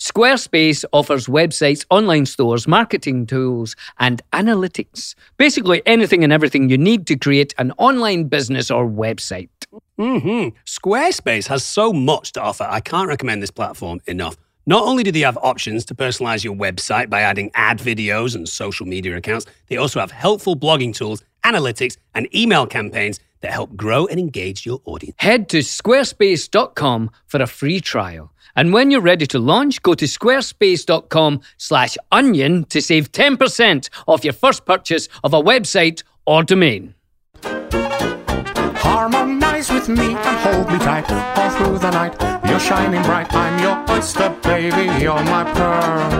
Squarespace offers websites, online stores, marketing tools, and analytics. Basically, anything and everything you need to create an online business or website. hmm Squarespace has so much to offer. I can't recommend this platform enough. Not only do they have options to personalize your website by adding ad videos and social media accounts, they also have helpful blogging tools, analytics, and email campaigns that help grow and engage your audience. Head to squarespace.com for a free trial. And when you're ready to launch, go to squarespace.com slash onion to save 10% off your first purchase of a website or domain. Harmonize with me and hold me tight all through the night. You're shining bright. I'm your oyster, baby. You're my pearl.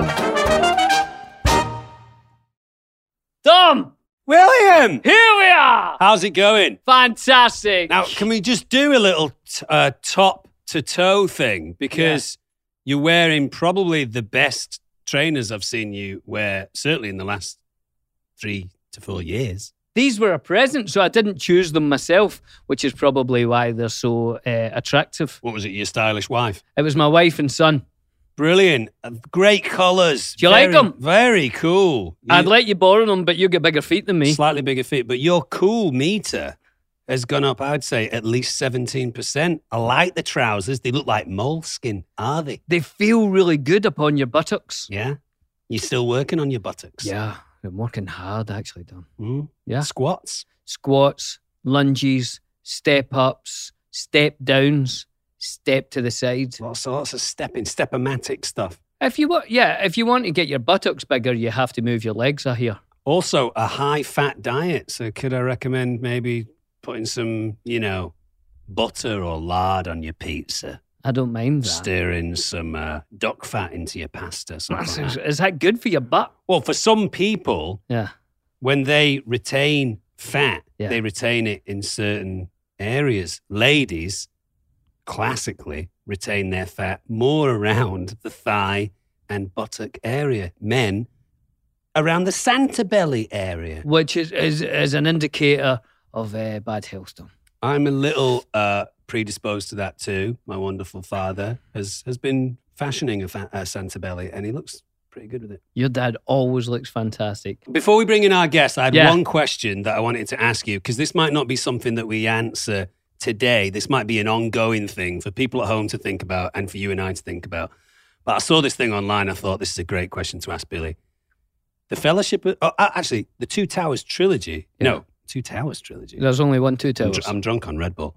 Dom, William! here we are! How's it going? Fantastic. Now, can we just do a little t- uh, top to toe thing? Because you're wearing probably the best trainers I've seen you wear, certainly in the last three to four years. These were a present, so I didn't choose them myself, which is probably why they're so uh, attractive. What was it, your stylish wife? It was my wife and son. Brilliant. Uh, Great colours. Do you like Very- 'em? Very cool. I'd You- let you borrow them, but you get bigger feet than me. Slightly bigger feet, but your cool meter has gone up, I'd say, at least 17%. I like the trousers. They look like moleskin, are they? They feel really good upon your buttocks. Yeah. You're still working on your buttocks. Yeah, I'm working hard actually, Dom. Mm. Yeah. Squats. Squats, lunges, step ups, step downs, step to the side. Lots, lots of stepping, stepomatic stuff. If you want, yeah, if you want to get your buttocks bigger, you have to move your legs. I hear. Also, a high fat diet. So, could I recommend maybe putting some, you know, butter or lard on your pizza, I don't mind that. stirring some uh, duck fat into your pasta? something like Is- that. Is that good for your butt? Well, for some people, Yeah. when they retain fat, Yeah. they retain it in certain areas. Ladies classically retain their fat more around the thigh and buttock area. Men around the Santa belly area. which is is, is an indicator of uh, bad health. Though. I'm a little uh, predisposed to that too. My wonderful father has has been fashioning a, fa- a Santa belly, and he looks pretty good with it. Your dad always looks fantastic. Before we bring in our guest, I had Yeah. one question that I wanted to ask you because this might not be something that we answer today. This might be an ongoing thing for people at home to think about and for you and I to think about. But I saw this thing online. I thought this is a great question to ask Billy. The Fellowship, of, oh, a- actually, the Two Towers trilogy. Yeah. No, Two Towers trilogy. There's only one two I'm, towers. dr- I'm drunk on Red Bull.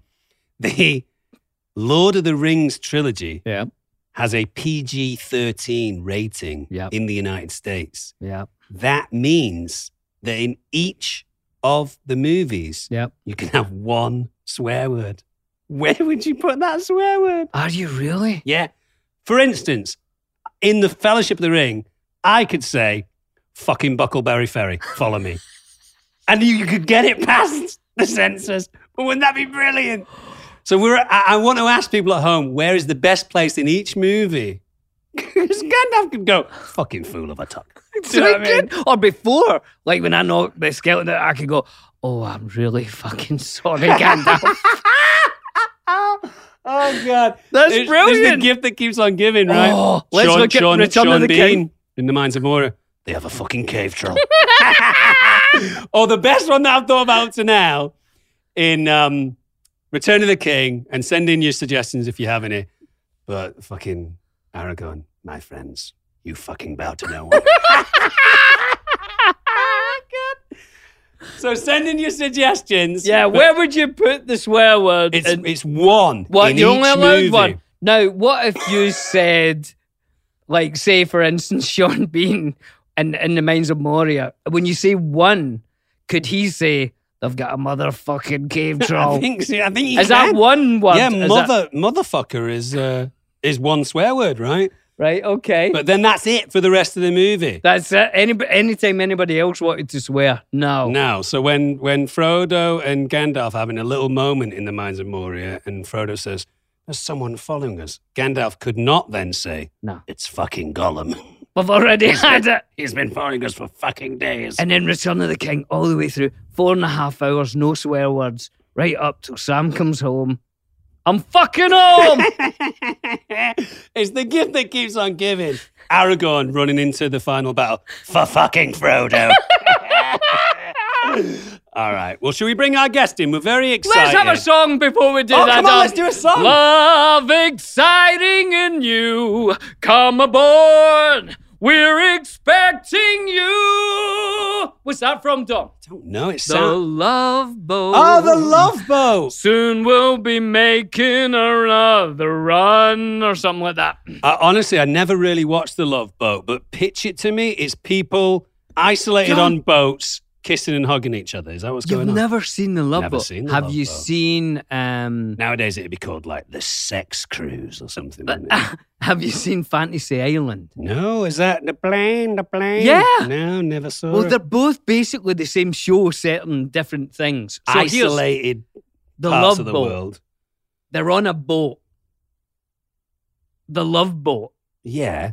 The Lord of the Rings trilogy yeah, has a PG 13 rating Yep. in the United States. yeah, That means that in each of the movies, yeah. you can have one swear word. Where would you put that swear word? Are you really? Yeah. For instance, in The Fellowship of the Ring, I could say, fucking Buckleberry Ferry, follow me. and you, you could get it past the censors. But wouldn't that be brilliant? So we're, I, I want to ask people at home, where is the best place in each movie? Because Gandalf could go, fucking fool of a tuck. So good. Or before, like when I knocked the skeleton, out, I could go, "Oh, I'm really fucking sorry, Gandalf." oh God, That's It's- It's the brilliant. gift that keeps on giving, right? Oh, let's look at Return of the King. in the minds of Mora. They have a fucking cave troll. or the best one that I've thought about to now in um, Return of the King, and send in your suggestions if you have any. But fucking Aragon, my friends, you fucking bow to no one. So send in your suggestions. yeah, but where would you put the swear word? it's in- it's one. What in you each only allowed movie. one. Now, what if you said, like, say for instance, Sean Bean in in the Minds of Moria, when you say one, could he say they've got a motherfucking cave I troll? think so. I think you Is that can. one word? Yeah, Is that- mother motherfucker is uh, is one swear word, right? right? Okay, But then that's it for the rest of the movie. that's it. Any anytime anybody else wanted to swear, no. Now, so when when Frodo and Gandalf are having a little moment in the Mines of Moria, and Frodo says, "There's someone following us," Gandalf could not then say, No. it's fucking Gollum. we've already had it. He's been following us for fucking days." And then Return of the King, all the way through, four and a half hours, no swear words, right up till Sam comes home. I'm fucking home. it's the gift that keeps on giving. Aragorn running into the final battle for fucking Frodo. All right. Well, should we bring our guest in? We're very excited. Let's have a song before we do Oh, that. come on, Dan. let's do a song. Love exciting in you. Come aboard. We're expecting you. What's that from, Dom? No, it's The sound. love boat. Oh, the Love Boat. Soon we'll be making another run or something like that. I, honestly, I never really watched the Love Boat, but pitch it to me. It's people isolated on boats kissing and hugging each other. Is that what's You've going on? never seen the Love Never Boat. seen The Have Love you Boat. seen? Um, Nowadays, it'd be called like the Sex Cruise or something. wouldn't it? have you seen Fantasy Island? No, is that the plane? The plane? Yeah. No, never saw Well, they're it. both basically the same show set on different things. So here's isolated the parts love of the boat. world. They're on a boat. The love boat. Yeah,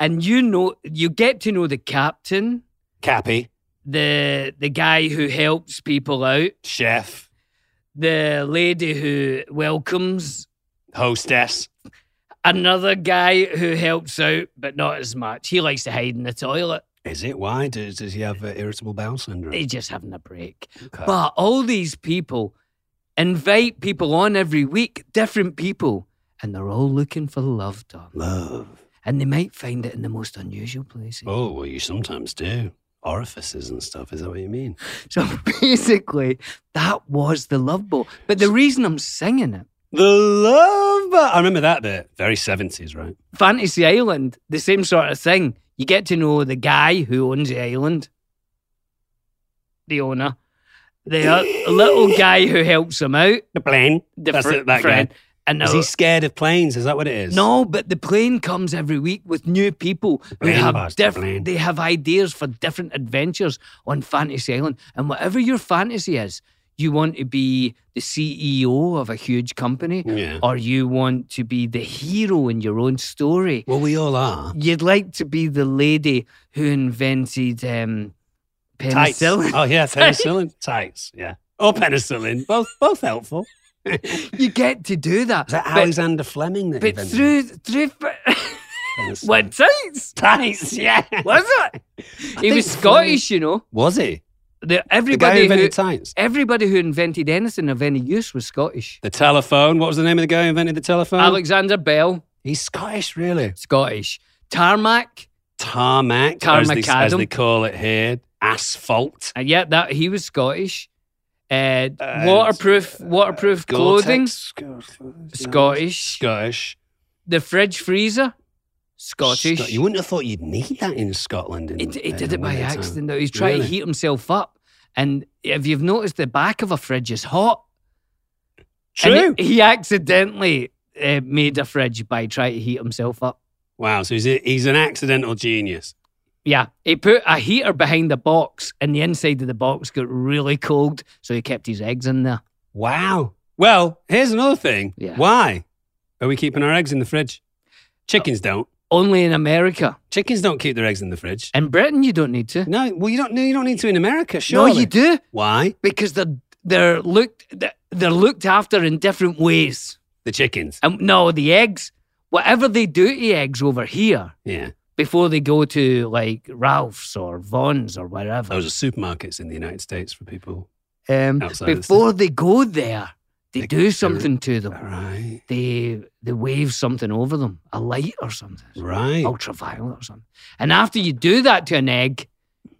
And you know you get to know the captain, Cappy, the the guy who helps people out, chef, the lady who welcomes hostess. another guy who helps out, but not as much. He likes to hide in the toilet. Is it? Why does does he have uh, irritable bowel syndrome? He's just having a break. Okay. But all these people invite people on every week, different people, and they're all looking for love, Dom. love. And they might find it in the most unusual places. Oh, well, you sometimes do orifices and stuff. Is that what you mean? So basically, that was the love boat. But the reason I'm singing it, The love. Boat. I remember that bit. Very seventies, right? Fantasy Island, the same sort of thing. You get to know the guy who owns the island, the owner, the o- little guy who helps him out, The plane. the That's fr- it, that friend. guy. And Is the- he scared of planes? Is that what it is? No, but the plane comes every week with new people who plane have bastard plane. different. They have ideas for different adventures on Fantasy Island, and whatever your fantasy is, you want to be the CEO of a huge company, Yeah. or you want to be the hero in your own story. Well, we all are. You'd like to be the lady who invented um, Tights. penicillin. Oh yeah, penicillin. Tights. Yeah. Or penicillin. Both both helpful. Is You get to do that. that But- Alexander Fleming that but, invented through through penicillin? what tights tights? Yeah. was it? He think was Fleming- Scottish, you know. Was he? The, The guy who everybody who, invented tights. everybody who invented anything of any use was Scottish. The telephone. What was the name of the guy who invented the telephone? Alexander Bell, He's Scottish, really. Scottish. Tarmac, Tarmac, or as, they, as Tarmacadam. they call it here. Asphalt. and uh, yeah, that he was Scottish. Uh, Uh, waterproof, waterproof clothing, Gore-Tex, Gore-Tex, yeah. Scottish. Scottish. the fridge freezer, Scottish. Scot- You wouldn't have thought you'd need that in Scotland. In, he, d- he in did the it by wintertime. accident. Though he's trying to Really? heat himself up, and if you've noticed, the back of a fridge is hot. True. And he, he accidentally uh, made a fridge by trying to heat himself up. wow. So he's, a, he's an accidental genius. Yeah, he put a heater behind the box, and the inside of the box got really cold, so he kept his eggs in there. Wow. Well, here's another thing. Yeah. Why are we keeping our eggs in the fridge? Chickens don't. Only in America. Chickens don't keep their eggs in the fridge. In Britain, you don't need to. No, well, you don't. No, you don't need to in America. Surely. No, you do Why? because they're they're looked they're- they're looked after in different ways. The chickens. And no, the eggs, whatever they do to eggs over here Yeah, before they go to like Ralph's or Vaughn's or wherever, those are supermarkets in the United States for people. um, outside of the before they go there, they They- Uh-huh. do they're- something to them. Right, They they wave something over them, a light or something. right. Oh, ultraviolet or something. And after you do that to an egg,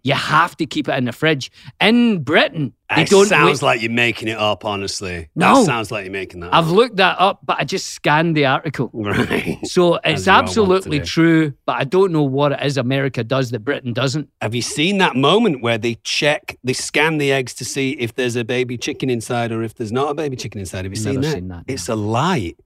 you have to keep it in the fridge. In Britain, they It don't. sounds wa- like you're making it up, honestly. No. That sounds like you're making that I've up. looked that up, but I just scanned the article. Right. So it's you are wont to absolutely do. true, but I don't know what it is America does that Britain doesn't. Have you seen that moment where they check, they scan the eggs to see if there's a baby chicken inside or if there's not a baby chicken inside? Have you seen Never that? seen that, It's a light,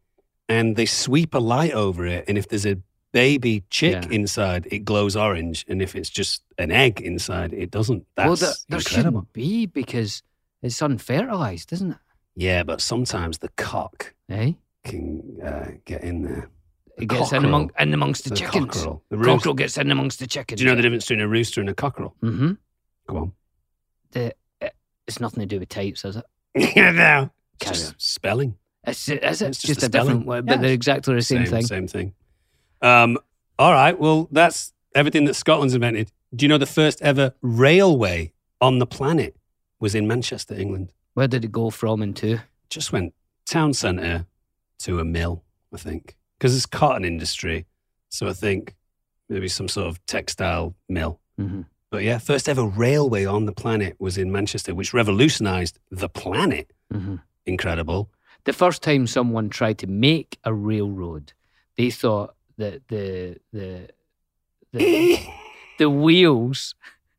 and they sweep a light over it, and if there's a baby chick Yeah. inside, it glows orange, and if it's just an egg inside, it doesn't. That's well, there, there incredible. shouldn't be because it's unfertilized, isn't it? Yeah, but sometimes the cock Eh? can uh, get in there. The It gets in, cockerel. among, in amongst the, The chickens. cockerel. The roost- Cockerel gets in amongst the chickens. Do you know the difference between a rooster and a cockerel? Mm-hmm. Come on. It's nothing to do with types, is it? no. Carry Just on. spelling. It's, it's, It's it's just just, a a, spelling. different word, but Yeah. they're exactly the same, thing. Same thing. Um, all right. Well, that's everything that Scotland's invented. Do you know the first ever railway on the planet was in Manchester, England? Where did it go from and to? Just went town centre to a mill, I think, because it's cotton industry. So I think maybe some sort of textile mill. hmm But yeah, first ever railway on the planet was in Manchester, which revolutionized the planet. hmm Incredible. The first time someone tried to make a railroad, they thought that the the the, the wheels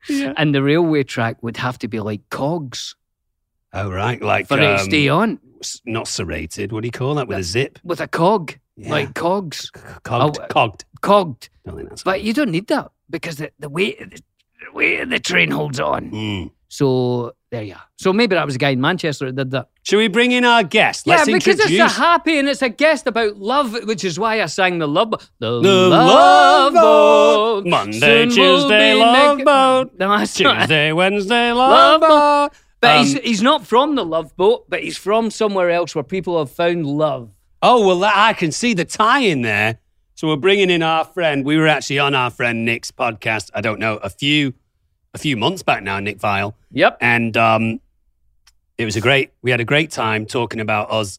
Yeah. and the railway track would have to be like cogs Oh, right. Like, for it to um, stay on s- not serrated. What do you call that? With a zip? with a cog, Yeah. like cogs, C- cogged. Oh, uh, cogged. cogged. Don't think that's But you don't need that because the, the weight of the, the weight of the train holds on. Mm. So there you are. So maybe that was a guy in Manchester that did that. Should we bring in our guest? Let's yeah, because introduce it's a happy and it's a guest about love, which is why I sang the love, the, the Love Boat. Monday, Soon we'll Tuesday, be Love naked- Boat. No, that's not. Tuesday, Wednesday, Love Love, Boat. But Um, he's, he's not from the love boat, but he's from somewhere else where people have found love. Oh, well, that- I can see the tie in there. So we're bringing in our friend. We were actually on our friend Nick's podcast. I don't know a few, a few months back now. Nick Vile, Yep. and um, it was a great. We had a great time talking about us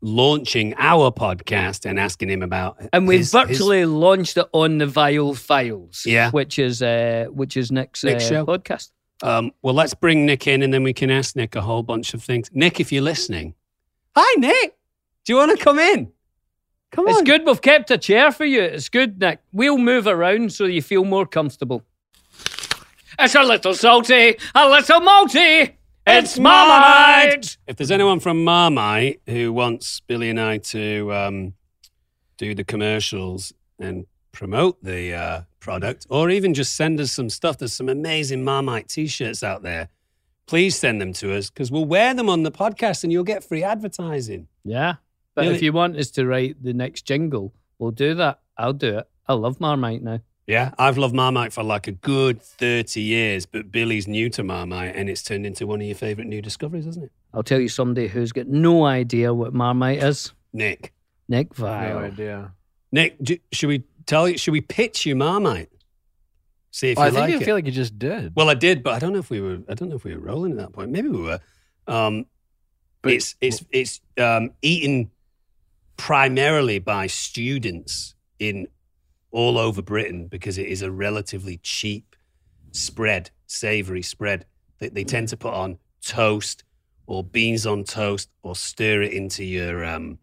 launching our podcast and asking him about. And we've his- his- virtually launched it on the Vial Files, Yeah. which is uh, which is Nick's, Nick's uh, show. podcast. Um, well, let's bring Nick in and then we can ask Nick a whole bunch of things. Nick, if you're listening, hi, Nick. Do you want to come in? Come It's on. good we've kept a chair for you. It's good, Nick. We'll move around so you feel more comfortable. It's a little salty, a little malty. It's Marmite. If there's anyone from Marmite who wants Billy and I to um, do the commercials and promote the uh, product, or even just send us some stuff, there's some amazing Marmite t shirts out there. Please send them to us because we'll wear them on the podcast and you'll get free advertising. Yeah, but Really? if you want us to write the next jingle, we'll do that. I'll do it. I love Marmite now. Yeah, I've loved Marmite for like a good 30 years, but Billy's new to Marmite and it's turned into one of your favorite new discoveries, hasn't it? I'll tell you somebody who's got no idea what Marmite is. Nick. Nick No Vile. idea. Nick, do, should we tell you, should we pitch you Marmite? See if you I think like you it. feel like you just did. well, I did, but I don't know if we were, I don't know if we were rolling at that point. Maybe we were. Um, But- it's, it's, it's um, eaten primarily by students in all over Britain because it is a relatively cheap spread, savory spread that they tend to put on toast or beans on toast or stir it into your um,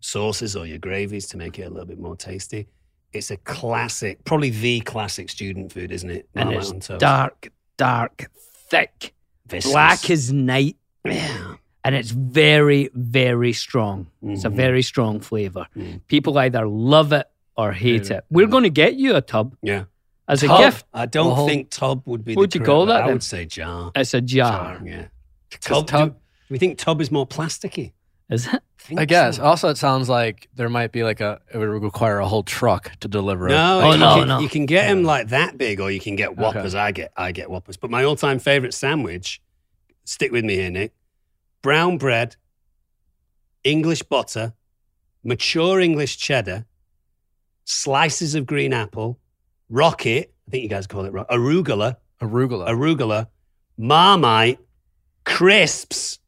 sauces or your gravies to make it a little bit more tasty. It's a classic, probably the classic student food, isn't it? And Marmite it's on toast. Dark, dark, thick, Viscous. black as night, Yeah. and it's very, very strong. It's a Mhm. very strong flavour. Mm. People either love it or hate Yeah. it. We're going to get you a tub Yeah. as a Tub. gift. I don't Well, think tub would be. what'd the you correct call word. that I then? would say jar. It's a jar, Yeah. Because Tub. tub- do we think tub is more plasticky. is it? think I guess. Oh, so. Also, it sounds like there might be like a. It would require a whole truck to deliver. No, it. Oh, you, no, can, no. you can get them Yeah. like that big, or you can get whoppers. I get, I get whoppers. But my all-time favorite sandwich, stick with me here, Nick: brown bread, English butter, mature English cheddar, slices of green apple, rocket. I think you guys call it rock, arugula, arugula. arugula, marmite, crisps.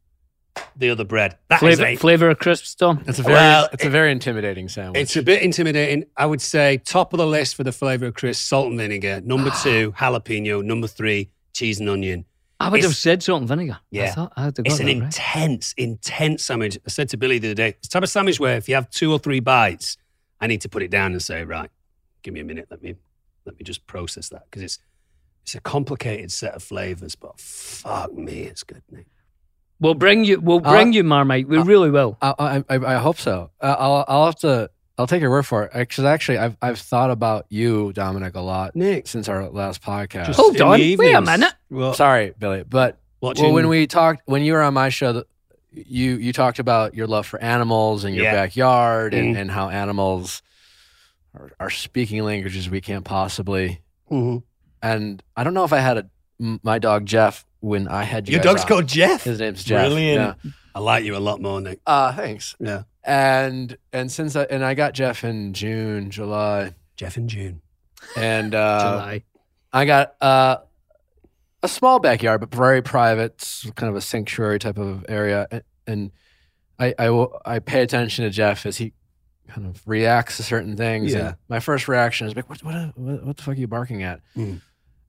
The other bread. That is Flavour, a flavour of crisps, Tom. it's a very. Well, it's a very intimidating sandwich. It's a bit intimidating. I would say top of the list for the flavour of crisp, salt and vinegar. Number two, jalapeno. Number three, cheese and onion. I would have It's- said salt and vinegar. I Yeah. thought I had to go It's an right. intense, intense sandwich. I said to Billy the other day, it's the type of sandwich where if you have two or three bites, I need to put it down and say, right, give me a minute. Let me let me just process that. Because it's it's a complicated set of flavours, but fuck me, it's good. Nick. We'll bring you. We'll Uh, bring you Marmite. We uh, really will. I, I, I I hope so. Uh, I'll, I'll have to. I'll take your word for it. Because actually, I've, I've thought about you, Dominic, a lot Nick. since our last podcast. Oh, just Hold in the on, wait a evenings, minute. wa- Sorry, Billy, but Watching, Well, when we talked, when you were on my show, th- you you talked about your love for animals and your Yeah. Mm-hmm. backyard and, and how animals are, are speaking languages we can't possibly. Mhm. And I don't know if I had a, m- my dog Jeff when I had you your guys dog's on. called Jeff. his name's Jeff. Brilliant. I like you a lot more, Nick. Yeah. Uh, thanks. Yeah. and and since I and I got Jeff in June, July, Jeff in June. and uh, July. I got uh, a small backyard, but very private, s- kind of a sanctuary type of area. A- And I, I, will- I pay attention to Jeff as he kind of reacts to certain things. Yeah. And my first reaction is like, what, what, what, what the fuck are you barking at? Mm.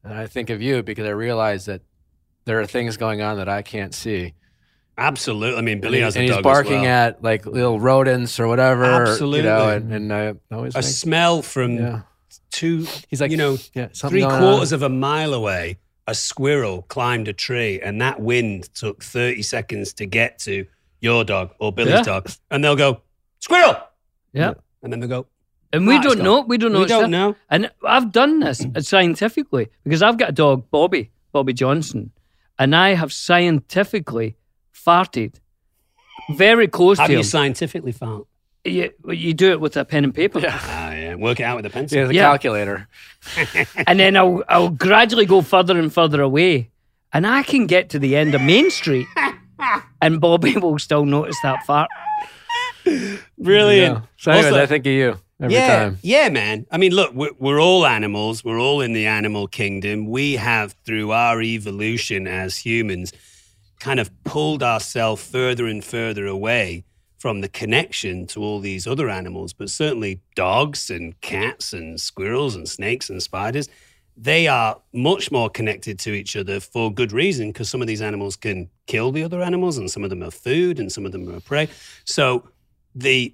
And I think of you because I realize that there are things going on that I can't see. Absolutely. I mean, And Billy he- has and a he's dog as barking well. at like little rodents or whatever. or, You know, Absolutely. and, and I always a think, smell from yeah. two, He's like, you know, yeah, something three going on. quarters of a mile away. A squirrel climbed a tree, and that wind took 30 seconds to get to your dog or Billy's Yeah. dog. And they'll go, Squirrel! Yeah. And then they'll go, And we Ah, it's don't gone. know. We don't know. We it's there. don't know. And I've done this scientifically because I've got a dog, Bobby, Bobby Johnson, and I have scientifically farted very close Have to you him. scientifically found? you, you do it with a pen and paper, Ah, yeah. Work it out with a pencil. Yeah, the Yeah. calculator. and then I'll I'll gradually go further and further away, and I can get to the end of Main Street, and Bobby will still notice that fart. Brilliant. Yeah. So, anyways, Also- I think of you every yeah, time. Yeah, man. I mean, look, we're, we're all animals. We're all in the animal kingdom. We have, through our evolution as humans, kind of pulled ourselves further and further away from the connection to all these other animals, but certainly dogs and cats and squirrels and snakes and spiders. They are much more connected to each other for good reason because some of these animals can kill the other animals, and some of them are food, and some of them are prey. So the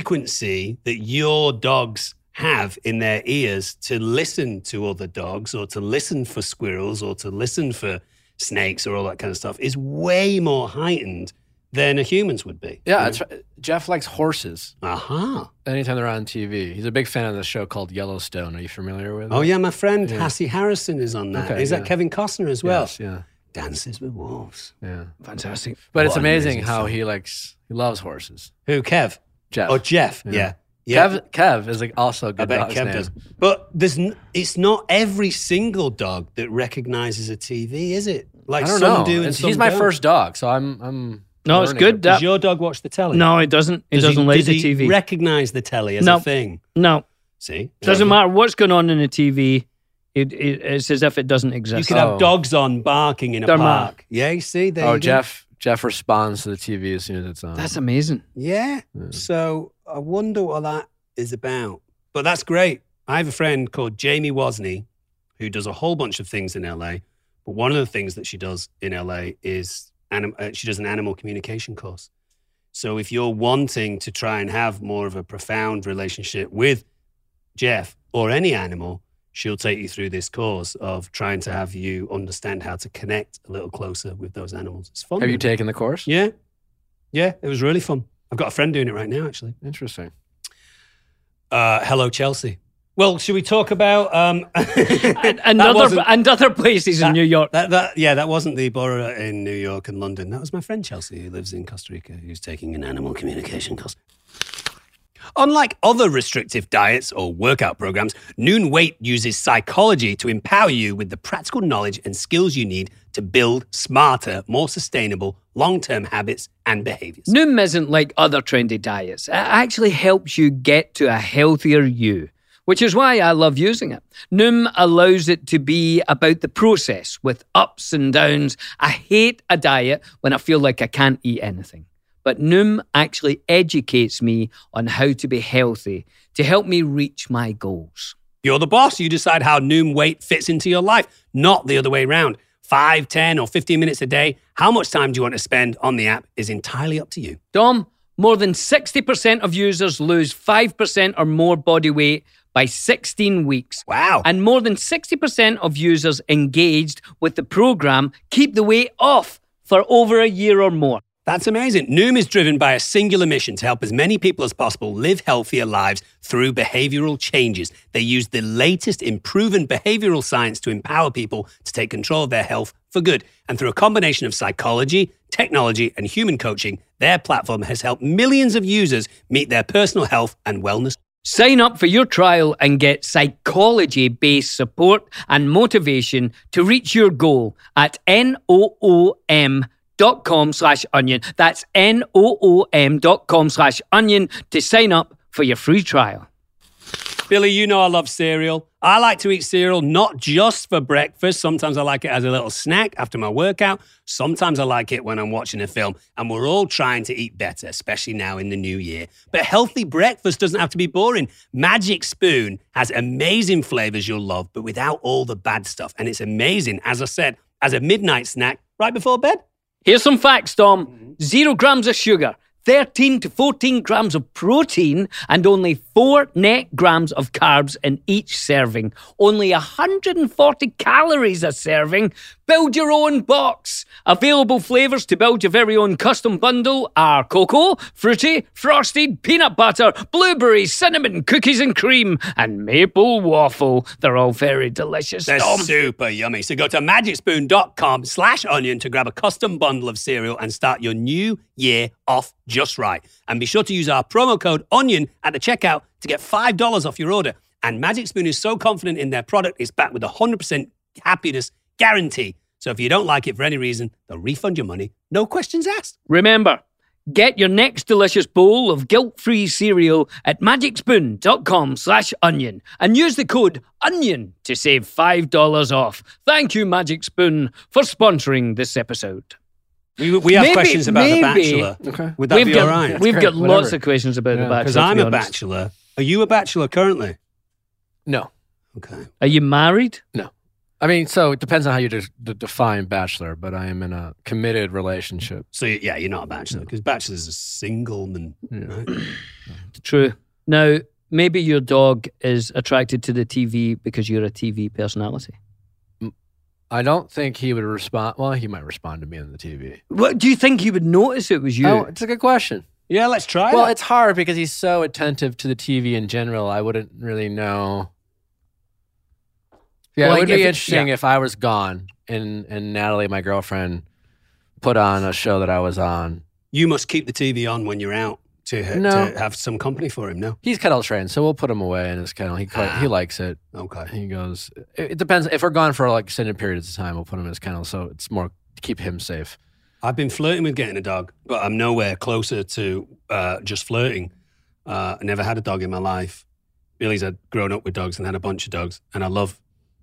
frequency that your dogs have in their ears to listen to other dogs or to listen for squirrels or to listen for snakes or all that kind of stuff is way more heightened than a human's would be. Yeah, that's right. Jeff likes horses. Aha. Anytime they're on TV, he's a big fan of the show called Yellowstone. Are you familiar with? Oh, it? yeah, my friend Yeah. Hassie Harrison is on that. Is Okay, that yeah. Kevin Costner as well? Yes, yeah, Dances with Wolves. yeah. Fantastic. But it's What an amazing amazing how film. he likes, he loves horses. Who, Kev? Jeff. Oh, Jeff. Yeah. Yeah. Yeah. Kev, Kev is like also a good I bet dog's Kev name. does. But there's n- it's not every single dog that recognizes a TV, is it? Like I don't some know. do. and It's- some he's my don't. first dog, so I'm, I'm. No, it's learning good. it. Does That, your dog watch the telly? no, he doesn't. He Does doesn't like does the he TV. Recognize the telly as No. a thing. no, See, doesn't matter what's going on in the TV. It, it, it's as if it doesn't You exist. could Oh. have dogs on barking in a They're mad. park. Yeah, you see, there Oh, you go. Jeff. Jeff responds to the TV as soon as it's on. That's amazing. Yeah. Yeah. So I wonder what that is about. But that's great. I have a friend called Jamie Wozni who does a whole bunch of things in LA. But one of the things that she does in LA is anim- uh, she does an animal communication course. So if you're wanting to try and have more of a profound relationship with Jeff or any animal, she'll take you through this course of trying to have you understand how to connect a little closer with those animals. It's fun. Have you man. taken the course? Yeah. Yeah, it was really fun. I've got a friend doing it right now, actually. Interesting. Uh, hello, Chelsea. Well, should we talk about um, that Another wasn't- and other places in that- New York. that, that, yeah, that wasn't the borough in New York and London. That was my friend Chelsea, who lives in Costa Rica, who's taking an animal communication course. Unlike other restrictive diets or workout programs, Noon Weight uses psychology to empower you with the practical knowledge and skills you need to build smarter, more sustainable, long term habits and behaviors. Noom isn't like other trendy diets. It actually helps you get to a healthier you, which is why I love using it. Noom allows it to be about the process with ups and downs. I hate a diet when I feel like I can't eat anything. But Noom actually educates me on how to be healthy to help me reach my goals. You're the boss. You decide how noom weight fits into your life, not the other way around. 5, 10, or 15 minutes a day, how much time do you want to spend on the app is entirely up to you. Dom, more than 60% of users lose 5% or more body weight by 16 weeks. Wow. And more than 60% of users engaged with the program keep the weight off for over a year or more. That's amazing. Noom is driven by a singular mission to help as many people as possible live healthier lives through behavioral changes. They use the latest in proven behavioral science to empower people to take control of their health for good. And through a combination of psychology, technology, and human coaching, their platform has helped millions of users meet their personal health and wellness Sign up for your trial and get psychology based support and motivation to reach your goal at noom.com noomph.com slash onion. That's N-O-O-M dot com slash onion to sign up for your free trial. Billy, you know I love cereal. I like to eat cereal not just for breakfast. Sometimes I like it as a little snack after my workout. Sometimes I like it when I'm watching a film. And we're all trying to eat better, especially now in the new year. But healthy breakfast doesn't have to be boring. Magic Spoon has amazing flavors you'll love, but without all the bad stuff. And it's amazing, as I said, as a midnight snack right before bed. Here's some facts, Tom. Zero grams of sugar, 13 to 14 grams of protein, and only four net grams of carbs in each serving. Only 140 calories a serving. Build your own box. Available flavors to build your very own custom bundle are cocoa, fruity, frosted, peanut butter, blueberry, cinnamon, cookies and cream, and maple waffle. They're all very delicious. They're Tom. super yummy. So go to magicspoon.com slash onion to grab a custom bundle of cereal and start your new year off just right. And be sure to use our promo code ONION at the checkout to get $5 off your order. And Magic Spoon is so confident in their product, it's backed with a 100% happiness guarantee. So if you don't like it for any reason, they'll refund your money, no questions asked. Remember, get your next delicious bowl of guilt-free cereal at magicspoon.com slash onion and use the code ONION to save $5 off. Thank you, Magic Spoon, for sponsoring this episode. We, we have Maybe- questions about maybe- The Bachelor. Okay. Would that we've be got, all right? We've great, got lots whatever. of questions about Yeah, the Bachelor. Because to I'm be a honest. bachelor. Are you a bachelor currently? No. Okay. Are you married? I mean, so it depends on how you de- de- define bachelor, but I am in a committed relationship. So yeah, you're not a bachelor because bachelor's a single man. Right? True. Now, maybe your dog is attracted to the TV because you're a TV personality. I don't think he would respond. Well, he might respond to me on the TV. What, do you think he would notice it was you? Oh, it's a good question. Yeah, let's try Well, it. it's hard because he's so attentive to the TV in general. I wouldn't really know. Well, Yeah, it like would if be it- interesting if I was gone and and Natalie, my girlfriend, put on a show that I was on. You must keep the TV on when you're out to, ha- No. to have some company for him. No, He's kettle trained, so we'll put him away in his kettle. He quite, Ah. he likes it. okay. He goes. It, it depends if we're gone for like extended periods of time. We'll put him in his kennel, so it's more to keep him safe. I've been flirting with getting a dog, but I'm nowhere closer to uh, just flirting. Uh, I never had a dog in my life. Billy's had grown up with dogs and had a bunch of dogs, and I love.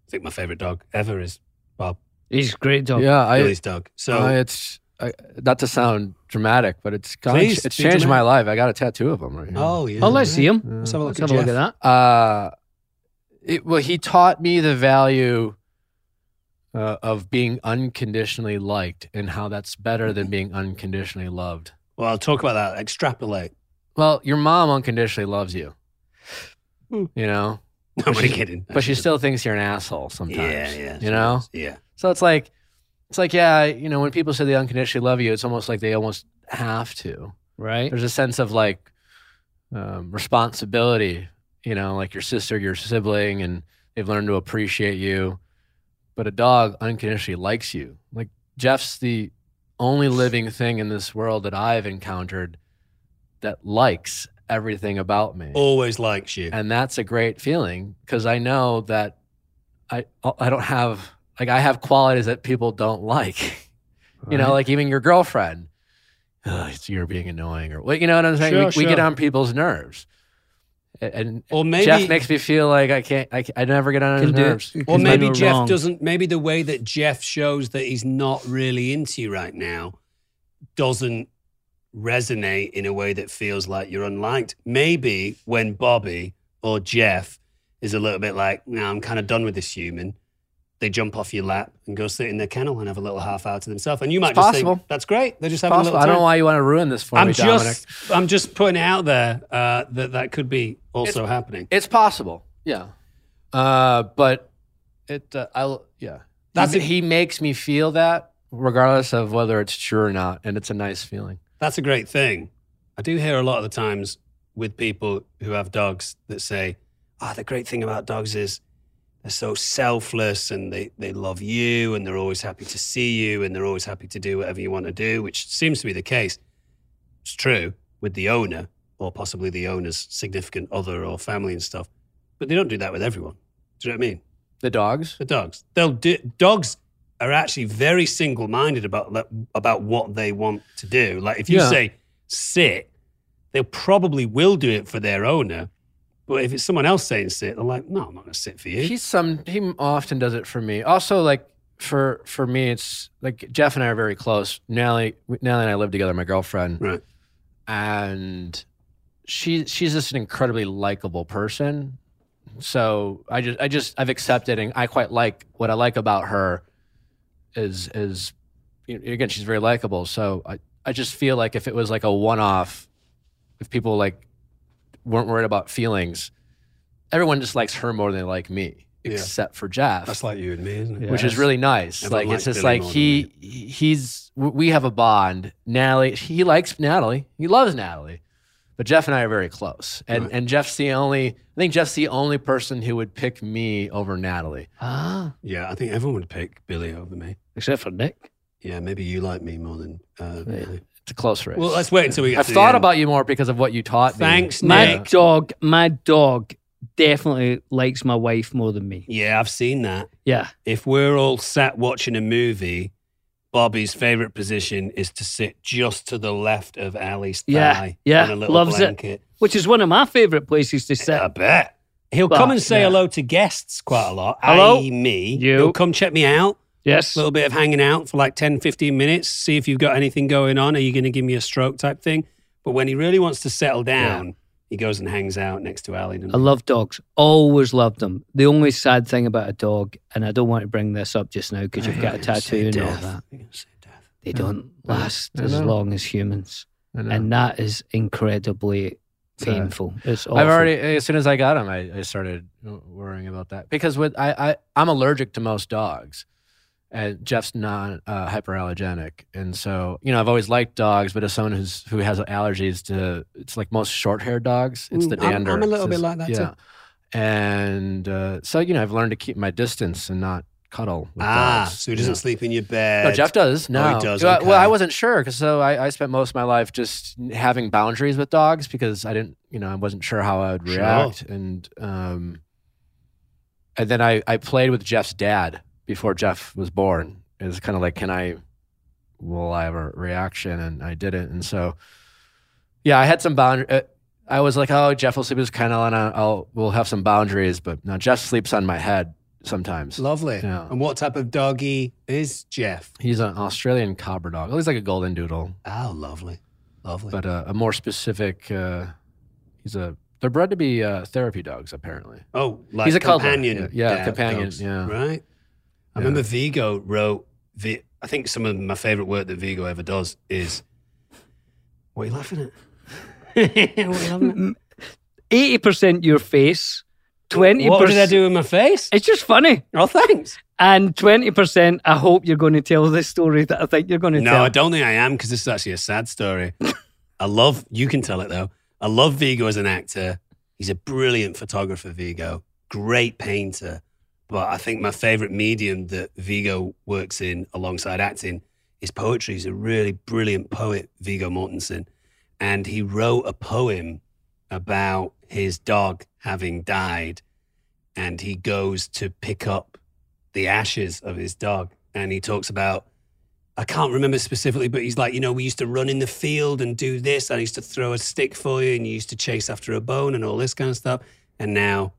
I think my favorite dog ever is Bob, He's a great dog. Yeah, I. Billy's dog. So I- Uh, it's I, not to sound dramatic, but it's gone, Please it's be changed my dramatic. life. I got a tattoo of him right here. oh yeah. Oh, let's see him. Let's have a look, Let's have a look Jeff. at that. uh it, well he taught me the value uh, of being unconditionally liked and how that's better Mm-hmm. than being unconditionally loved Well, I'll talk about that. Extrapolate. well your mom unconditionally loves you Hmm. you know No, I'm only kidding. but she still thinks you're an asshole sometimes Yeah, yeah. you know Yeah. so it's like it's like yeah you know when people say they unconditionally love you it's almost like they almost have to Right. there's a sense of like um, responsibility, you know, like your sister, your sibling, and they've learned to appreciate you. But a dog unconditionally likes you. Like Jeff's the only living thing in this world that I've encountered that likes everything about me. Always likes you. And that's a great feeling because I know that I I don't have like I have qualities that people don't like. You know, like even your girlfriend. Ugh, it's- you're being annoying or what you know what I'm saying? Sure, we, we get sure. on people's nerves. A- And Or maybe Jeff makes me feel like I can't I, I never get on his Can do it. nerves. Or Because maybe you're Jeff wrong. doesn't. Maybe the way that Jeff shows that he's not really into you right now doesn't resonate in a way that feels like you're unliked. Maybe when Bobby or Jeff is a little bit like, "No, I'm kind of done with this human," they jump off your lap and go sit in their kennel and have a little half hour to themselves. And you might It's just possible. think that's great. They're just having Possible. a I little. don't Time. know why you want to ruin this for I'm me, just, Dominic. I'm just putting out there uh, that that could be also happening. It's possible. Yeah. Uh, but it, uh, I'll, yeah. That's he, a- he makes me feel that regardless of whether it's true or not. And it's a nice feeling. That's a great thing. I do hear a lot of the times with people who have dogs that say, ah, the great thing about dogs is they're so selfless and they, they love you and they're always happy to see you and they're always happy to do whatever you want to do, which seems to be the case. It's true with the owner or possibly the owner's significant other or family and stuff, but they don't do that with everyone. Do you know what I mean? The dogs? The dogs. They'll do, dogs are actually very single minded about le- about what they want to do. Like if you Yeah. say sit, they probably will do it for their owner. But if it's someone else saying sit, they're like, no, I'm not going to sit for you. He's some. He often does it for me. Also, like for for me, it's like Jeff and I are very close. Nellie, Nellie and I live together. My girlfriend, Right. and she she's just an incredibly likable person. So I just I just I've accepted, and I quite like what I like about her. Is is you know, again, she's very likable. So I I just feel like if it was like a one off, if people like weren't worried about feelings, everyone just likes her more than they like me, Yeah. except for Jeff, That's like you and me, isn't it? Yeah. which is really nice. Everyone like likes it's just Billy like more he he's w- we have a bond. Natalie, he likes Natalie, he loves Natalie, but Jeff and I are very close. And Right. and Jeff's the only I think Jeff's the only person who would pick me over Natalie. Ah, Yeah, I think everyone would pick Billy over me. except for Nick. Yeah, maybe you like me more than. Uh, Billy. It's a close race. Well, let's wait until we get. I've to the thought end. about you more because of what you taught Thanks, me. My Yeah. dog, my dog definitely likes my wife more than me. Yeah, I've seen that. Yeah. If we're all sat watching a movie, Bobby's favorite position is to sit just to the left of Ali's thigh. Yeah, yeah, on a little loves it. blanket. Which is one of my favorite places to sit. I bet. He'll But, come and say yeah. hello to guests quite a lot. Hello? i.e. me. You. He'll come check me out. Yes. A little bit of hanging out for like 10, 15 minutes, see if you've got anything going on. Are you going to give me a stroke type thing? But when he really wants to settle down, he goes and hangs out next to Ali. I love dogs. Always loved them. The only sad thing about a dog, and I don't want to bring this up just now because you've got a tattoo and all that, they don't Yeah. last I as know. long as humans. I know. And that is incredibly Sad. painful. It's awful. I've already as soon as I got him, I, I started worrying about that because with I, I I'm allergic to most dogs, and Jeff's not uh, hyperallergenic, and so you know I've always liked dogs, but as someone who's who has allergies to it's like most short haired dogs, it's the Mm, I'm- dander. I'm a little bit It's this- like that too. yeah. And uh, so you know I've learned to keep my distance and not cuddle. With Ah, dogs, so he you doesn't know. sleep in your bed. No, Jeff does. No, Oh, does, Well, okay. well, I wasn't sure because so I, I spent most of my life just having boundaries with dogs because I didn't, you know, I wasn't sure how I would Sure. react, and um, and then I I played with Jeff's dad before Jeff was born. It was kind of like, can I, will I have a reaction? And I didn't, and so yeah, I had some boundary. Uh, I was like, oh, Jeff will sleep is kind of on. A, I'll we'll have some boundaries, but now Jeff sleeps on my head sometimes. Lovely. Yeah. And what type of doggy is Jeff? He's an Australian cobber dog. He's like a golden doodle. Oh, lovely. Lovely. but uh, a more specific. Uh, he's a. They're bred to be uh, therapy dogs, apparently. oh, like He's a cuddler. companion. Yeah, yeah, dog companion, dogs, yeah. Right? I Yeah. remember Vigo wrote, Vi- I think some of my favorite work that Vigo ever does is, what are you laughing at? what are you laughing at? 80% your face, 20%. What did I do with my face? It's just funny. Oh, thanks. And 20%, I hope you're going to tell the story that I think you're going to No, tell. I don't think I am because this is actually a sad story. I love, you can tell it though. I love Vigo as an actor. He's a brilliant photographer, Vigo, great painter. But I think my favorite medium that Vigo works in alongside acting is poetry. He's a really brilliant poet, Vigo Mortensen. And he wrote a poem about his dog having died. And he goes to pick up the ashes of his dog. And he talks about I can't remember specifically, but he's like, you know, we used to run in the field and do this. I used to throw a stick for you and you used to chase after a bone and all this kind of stuff. And now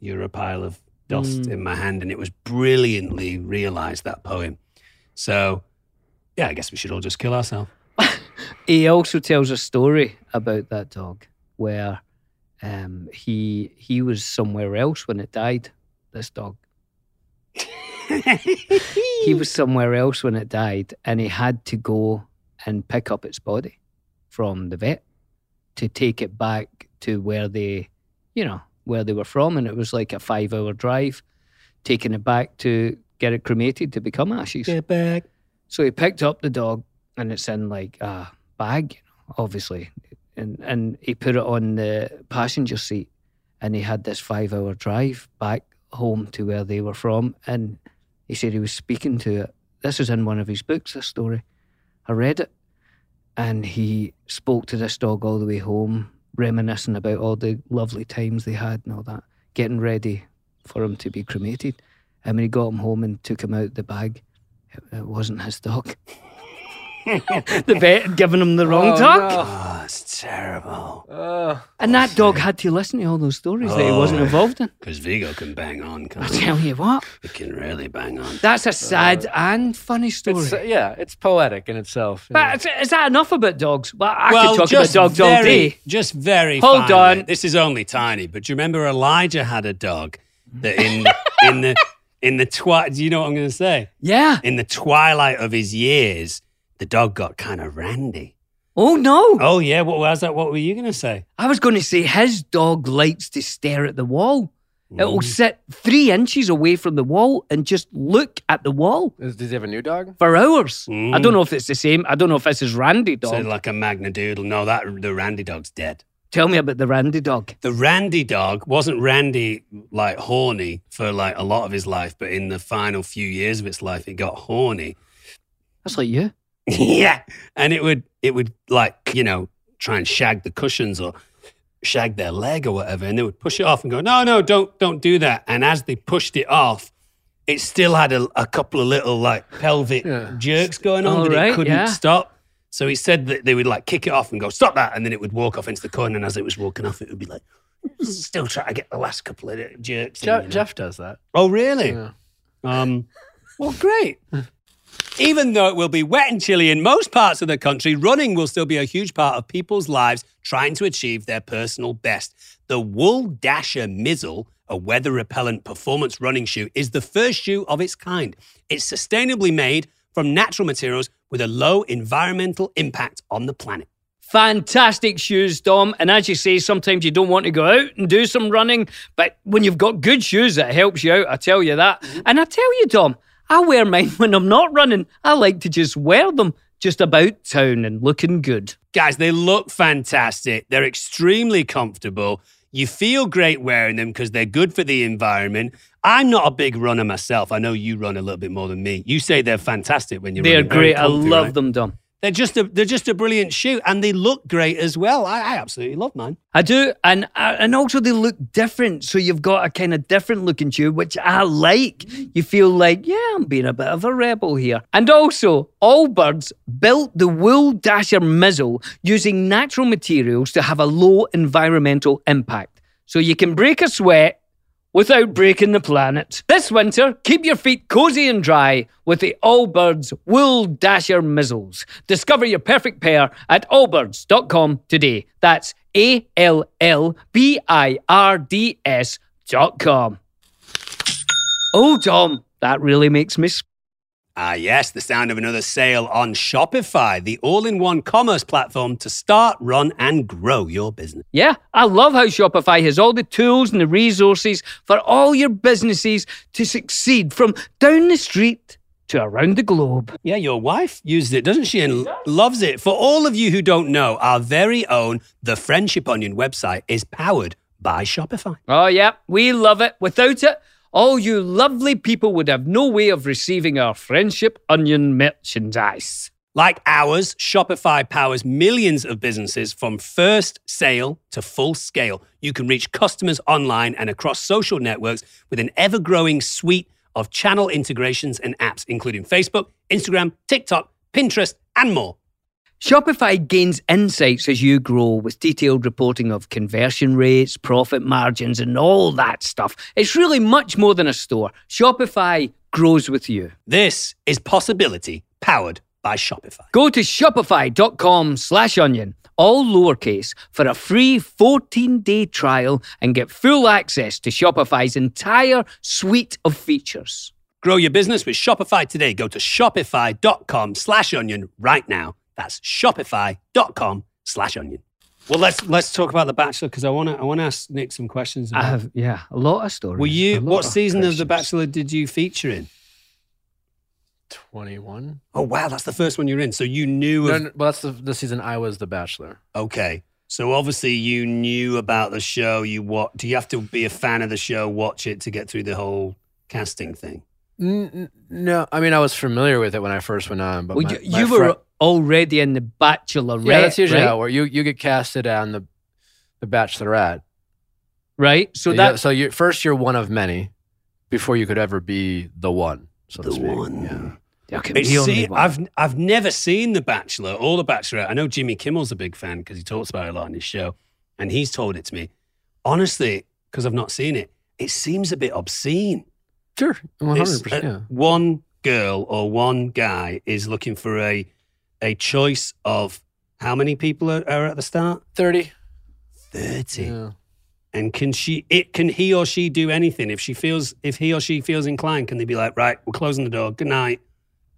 you're a pile of dust Mm. in my hand. And it was brilliantly realized that poem. So, yeah, I guess we should all just kill ourselves. He also tells a story about that dog where um, he he was somewhere else when it died. This dog, he was somewhere else when it died, and he had to go and pick up its body from the vet to take it back to where they, you know, where they were from, and it was like a five-hour drive, taking it back to get it cremated to become ashes. Get back. So he picked up the dog and it's in like a bag, you know, obviously. And and he put it on the passenger seat and he had this five hour drive back home to where they were from. And he said he was speaking to it. This is in one of his books, this story. I read it. And he spoke to this dog all the way home, reminiscing about all the lovely times they had and all that, getting ready for him to be cremated. And when he got him home and took him out the bag, It wasn't his dog. the vet had given him the wrong dog. Oh, it's terrible. Uh, And that dog had to listen to all those stories that he wasn't Oh. involved in. Because Vigo can bang on, I can't he? tell you what, He can really bang on. that's a sad and funny story. It's, yeah, it's poetic in itself. you know. But is- is that enough about dogs? Well, I well, could talk about just dogs very, all day. Just very. Hold finely. on. This is only tiny, but do you remember Elijah had a dog that in the, in the in the twi- Do you know what I'm going to say? Yeah. In the twilight of his years, the dog got kind of randy. Oh no, Oh yeah, what was that? What were you going to say? I was going to say his dog likes to stare at the wall. It'll Mm. sit three inches away from the wall and just look at the wall Is- Does he have a new dog? for hours. I Mm. don't know if it's the same. I don't know if this is Randy dog. So like a magna doodle. No, that the randy dog's dead. Tell me about the Randy dog. The randy dog wasn't randy like horny for like a lot of his life, but in the final few years of its life, it got horny. That's like you. yeah and it would it would like you know try and shag the cushions or shag their leg or whatever and they would push it off and go no no don't don't do that and as they pushed it off it still had a, a couple of little like pelvic Yeah. jerks going on All that right, it couldn't yeah. stop so he said that they would like kick it off and go stop that and then it would walk off into the corner and as it was walking off it would be like still try to get the last couple of jerks in, Jeff, you know. Jeff does that. oh really Yeah. um, well, great. Even though it will be wet and chilly in most parts of the country, running will still be a huge part of people's lives trying to achieve their personal best. The Wool Dasher Mizzle, a weather repellent performance running shoe, is the first shoe of its kind. It's sustainably made from natural materials with a low environmental impact on the planet. Fantastic shoes, Dom. And as you say, sometimes you don't want to go out and do some running, but when you've got good shoes, it helps you out. I tell you that. Mm-hmm. And I tell you, Dom, I wear mine when I'm not running. I like to just wear them just about town and looking good. Guys, they look fantastic. They're extremely comfortable. You feel great wearing them because they're good for the environment. I'm not a big runner myself. I know you run a little bit more than me. You say they're fantastic when you're They're running. Very great. I comfy, love right? them, Dom. They're just a they're just a brilliant shoe and they look great as well. I, I absolutely love mine. I do, and uh, and also they look different. So you've got a kind of different looking shoe, which I like. You feel like, yeah, I'm being a bit of a rebel here. And also, Allbirds built the Wool Dasher Mizzle using natural materials to have a low environmental impact. So you can break a sweat without breaking the planet. This winter, keep your feet cozy and dry with the Allbirds Wool Dasher Mizzles. Discover your perfect pair at allbirds.com today. That's A L L B I R D S dot com. Oh, Tom, that really makes me. Sp- Ah, yes, the sound of another sale on Shopify, the all-in-one commerce platform to start, run, and grow your business. yeah, I love how Shopify has all the tools and the resources for all your businesses to succeed from down the street to around the globe. Yeah, your wife uses it, doesn't she? And loves it. For all of you who don't know, our very own The Friendship Onion website is powered by Shopify. Oh, yeah, we love it. Without it, all you lovely people would have no way of receiving our Friendship Onion merchandise. Like ours, Shopify powers millions of businesses from first sale to full scale. You can reach customers online and across social networks with an ever growing suite of channel integrations and apps, including Facebook, Instagram, TikTok, Pinterest, and more. Shopify gains insights as you grow with detailed reporting of conversion rates, profit margins, and all that stuff. It's really much more than a store. Shopify grows with you. This is Possibility powered by Shopify. Go to shopify.com slash onion, all lowercase, for a free 14-day trial and get full access to Shopify's entire suite of features. Grow your business with Shopify today. Go to shopify.com slash onion right now. That's shopify.com slash onion. Well, let's let's talk about The Bachelor because I want to I want to ask Nick some questions. I About have, yeah, a lot of stories. Were a you lot what of season of The questions. Bachelor did you feature in? 21. Oh wow, that's the first one you're in. So you knew. No, Of, no, well, that's the, the season I was the Bachelor. Okay, so obviously you knew about the show. You what? Do you have to be a fan of the show, watch it to get through the whole casting thing? N- n- no, I mean I was familiar with it when I first went on, but Well, my- you, my you fri- were already in the Bachelorette. yeah, that's usually right? how it works. You you get casted on the the Bachelorette. right? So So that so you first you're one of many before you could ever be the one. So to The speak. one. Yeah. There can But be only see, one. I've I've never seen The Bachelor or The Bachelorette. I know Jimmy Kimmel's a big fan because he talks about it a lot on his show, and he's told it to me. Honestly, because I've not seen it, it seems a bit obscene. Sure, one It's, hundred percent. uh, Yeah, One girl or one guy is looking for a a choice of how many people are, are at the start? thirty. Thirty. Yeah. And can she? It can he or she do anything if she feels if he or she feels inclined? Can they be like, right, we're closing the door. Good night.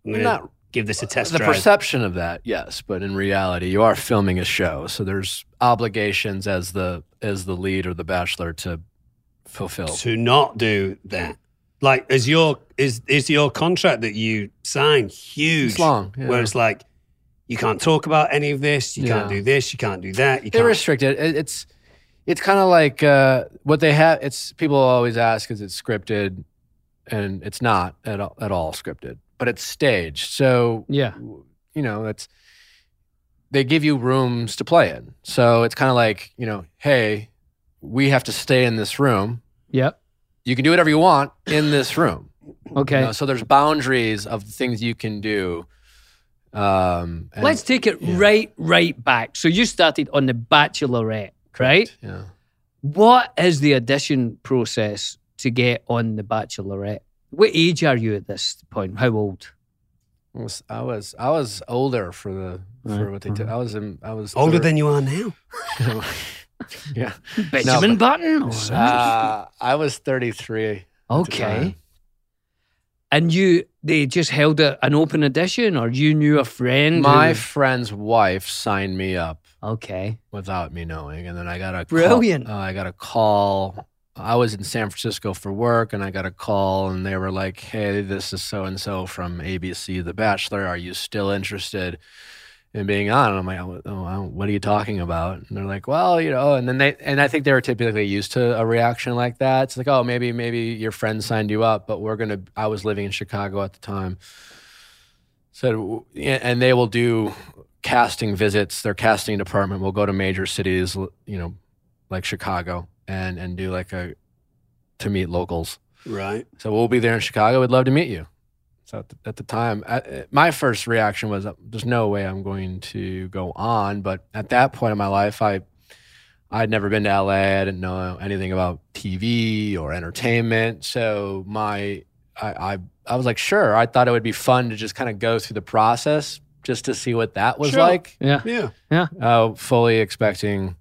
I'm gonna Not- give this a test the drive. perception of that, yes, but in reality, you are filming a show, so there's obligations as the as the lead or the bachelor to fulfill. to not do that. Like, is your is is your contract that you sign huge? It's long. yeah. Where it's like, you can't talk about any of this. You can't Yeah. do this. You can't do that. You They can't. restrict it. It- It's it's kind of like uh, what they have. It's people always ask, is it scripted? And it's not at all, at all scripted, but it's staged. So yeah. you know that's they give you rooms to play in. So it's kind of like you know, hey, we have to stay in this room. Yep. You can do whatever you want in this room. you Okay. know? so there's boundaries of the things you can do. Um, and- Let's take it yeah. right, right back. So you started on The Bachelorette, right? yeah. What is the audition process to get on The Bachelorette? What age are you at this point? How old? I was I was I was older for the for Right. what they did. I was in, I was Older thir- than you are now. yeah. Benjamin Button? All right. Uh, I was 33. okay. And you, they just held a, an open audition, or you knew a friend? My who- friend's wife signed me up okay. without me knowing, and then I got a Brilliant. Call, uh, I got a call. I was in San Francisco for work, and I got a call, and they were like, "Hey, this is so and so from ABC The Bachelor. Are you still interested?" in being on, and I'm like, oh, I don't- what are you talking about? And they're like, well, you know, and then they, and I think they were typically used to a reaction like that. It's like, oh, maybe, maybe your friend signed you up, but we're going to, I was living in Chicago at the time. So, and they will do casting visits. Their casting department will go to major cities, you know, like Chicago and, and do like a, to meet locals. Right. So we'll be there in Chicago. We'd love to meet you. So at the, at the time, I- I, my first reaction was, uh, "There's no way I'm going to go on." But at that point in my life, I I'd never been to LA. I didn't know anything about TV or entertainment. So my I I, I was like, sure. I thought it would be fun to just kind of go through the process just to see what that was Sure. like Yeah. Yeah. uh, fully expecting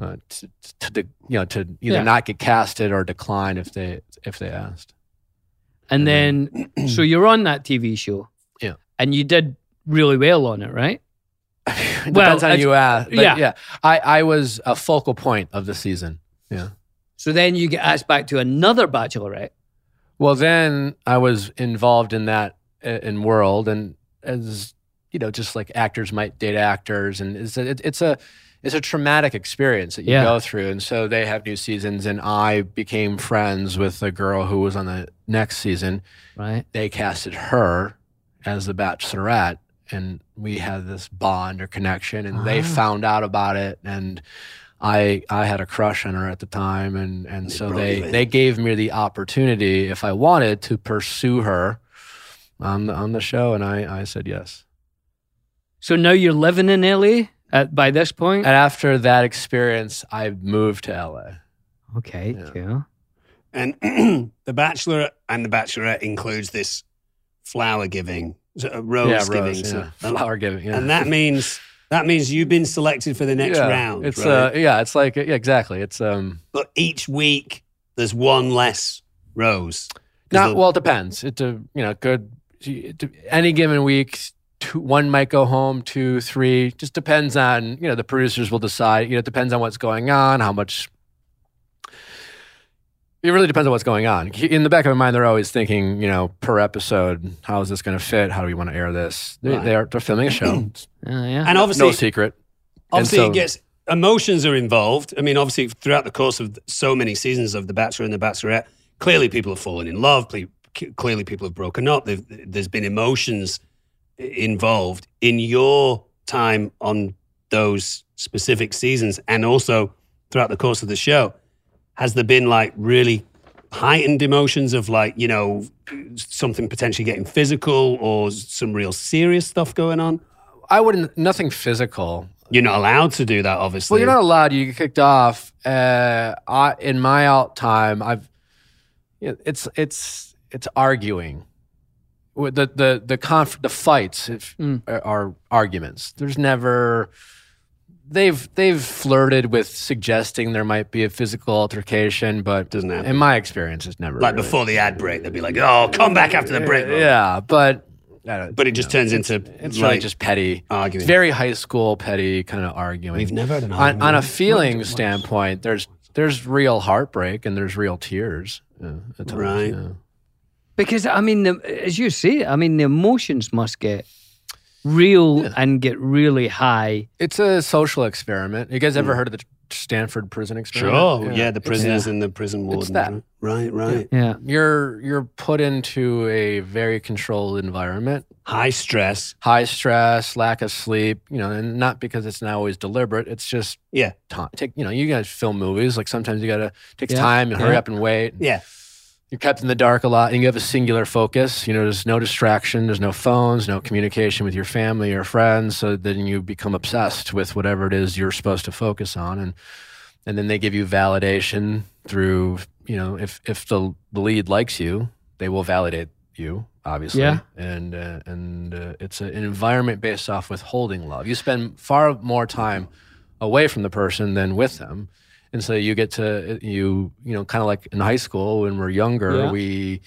uh, to, to, de- you know to either Yeah. not get casted or decline if they if they asked. And then, so you're on that TV show. Yeah. And you did really well on it, right? It Well, Depends it's- on you ask. but yeah. yeah. I I was a focal point of the season. So then you get asked back to another Bachelorette. Well, then I was involved in that uh, in world, and as you know, just like actors might date actors, and it's a, it, it's a it's a traumatic experience that you Yeah. go through, and so they have new seasons, and I became friends with a girl who was on the next season. Right. They casted her as the Bachelorette, and we had this bond or connection, and they Ah. found out about it, and I I had a crush on her at the time, and and so brought they you in. they gave me the opportunity if I wanted to pursue her on the, on the show, and I I said yes. So now you're living in LA at, by this point? And after that experience, I moved to LA. okay. yeah. Cool. And The Bachelor and The Bachelorette includes this flower giving, so, uh, rose yeah, giving, Rose, so- yeah. flower giving, yeah. and that means that means you've been selected for the next Yeah, round. It's right? uh, yeah, it's like yeah, exactly. It's um. but each week there's one less rose. 'Cause Not the- well. It depends. It uh, you know good. it- Any given week, two, one might go home, two, three. Just depends on you know the producers will decide. You know, it depends on what's going on, how much. It really depends on what's going on. In the back of my mind, they're always thinking, you know, per episode, how is this going to fit? How do we want to air this? They, Right. they are, they're filming a show. It's Yeah, yeah. and obviously Uh-huh. no secret. And Obviously, so- it gets emotions are involved. I mean, obviously, throughout the course of so many seasons of The Bachelor and The Bachelorette, clearly people have fallen in love. cle- Clearly, people have broken up. They've, there's been emotions i- involved in your time on those specific seasons, and also throughout the course of the show. Has there been like really heightened emotions of like, you know, something potentially getting physical or some real serious stuff going on. I wouldn't. Nothing physical. You're not allowed to do that, obviously. Well, you're not allowed. You get kicked off. Uh, I, in my alt time, I've you know, it's it's it's arguing. With The the the conf- the fights if, Mm. are, are arguments. There's never they've they've flirted with suggesting there might be a physical altercation, but Doesn't happen. in my experience, it's never like really- Uh, before the ad break, they'd be like, "Oh, come back after the break." man." Yeah, but I don't- but it just turns into it's like really just petty. It's arguing. very high school petty kind of arguing. We've never had an on, argument. on a feeling standpoint, there's there's real heartbreak and there's real tears. Yeah, at times, Right. yeah. Because I mean, the, as you say, I mean the emotions must get real and get really high. It's a social experiment. You guys ever heard of the Stanford prison experiment? Hmm. Sure, yeah, the It's- prisoners and the prison warden. that. Right, right. Yeah, You're you're put into a very controlled environment, High stress. high stress, lack of sleep. You know, and not because it's not always deliberate. It's just Yeah. time. Take you know, you guys film movies. Like sometimes you gotta takes Yeah, time and hurry yeah. up and wait. Yeah. you're kept in the dark a lot and you have a singular focus you know there's no distraction there's no phones no communication with your family or friends so then you become obsessed with whatever it is you're supposed to focus on and and then they give you validation through you know if if the the lead likes you they will validate you obviously Yeah. and uh, and uh, it's a, an environment based off withholding love you spend far more time away from the person than with them and so you get to you you know kind of like in high school when we're younger Yeah. we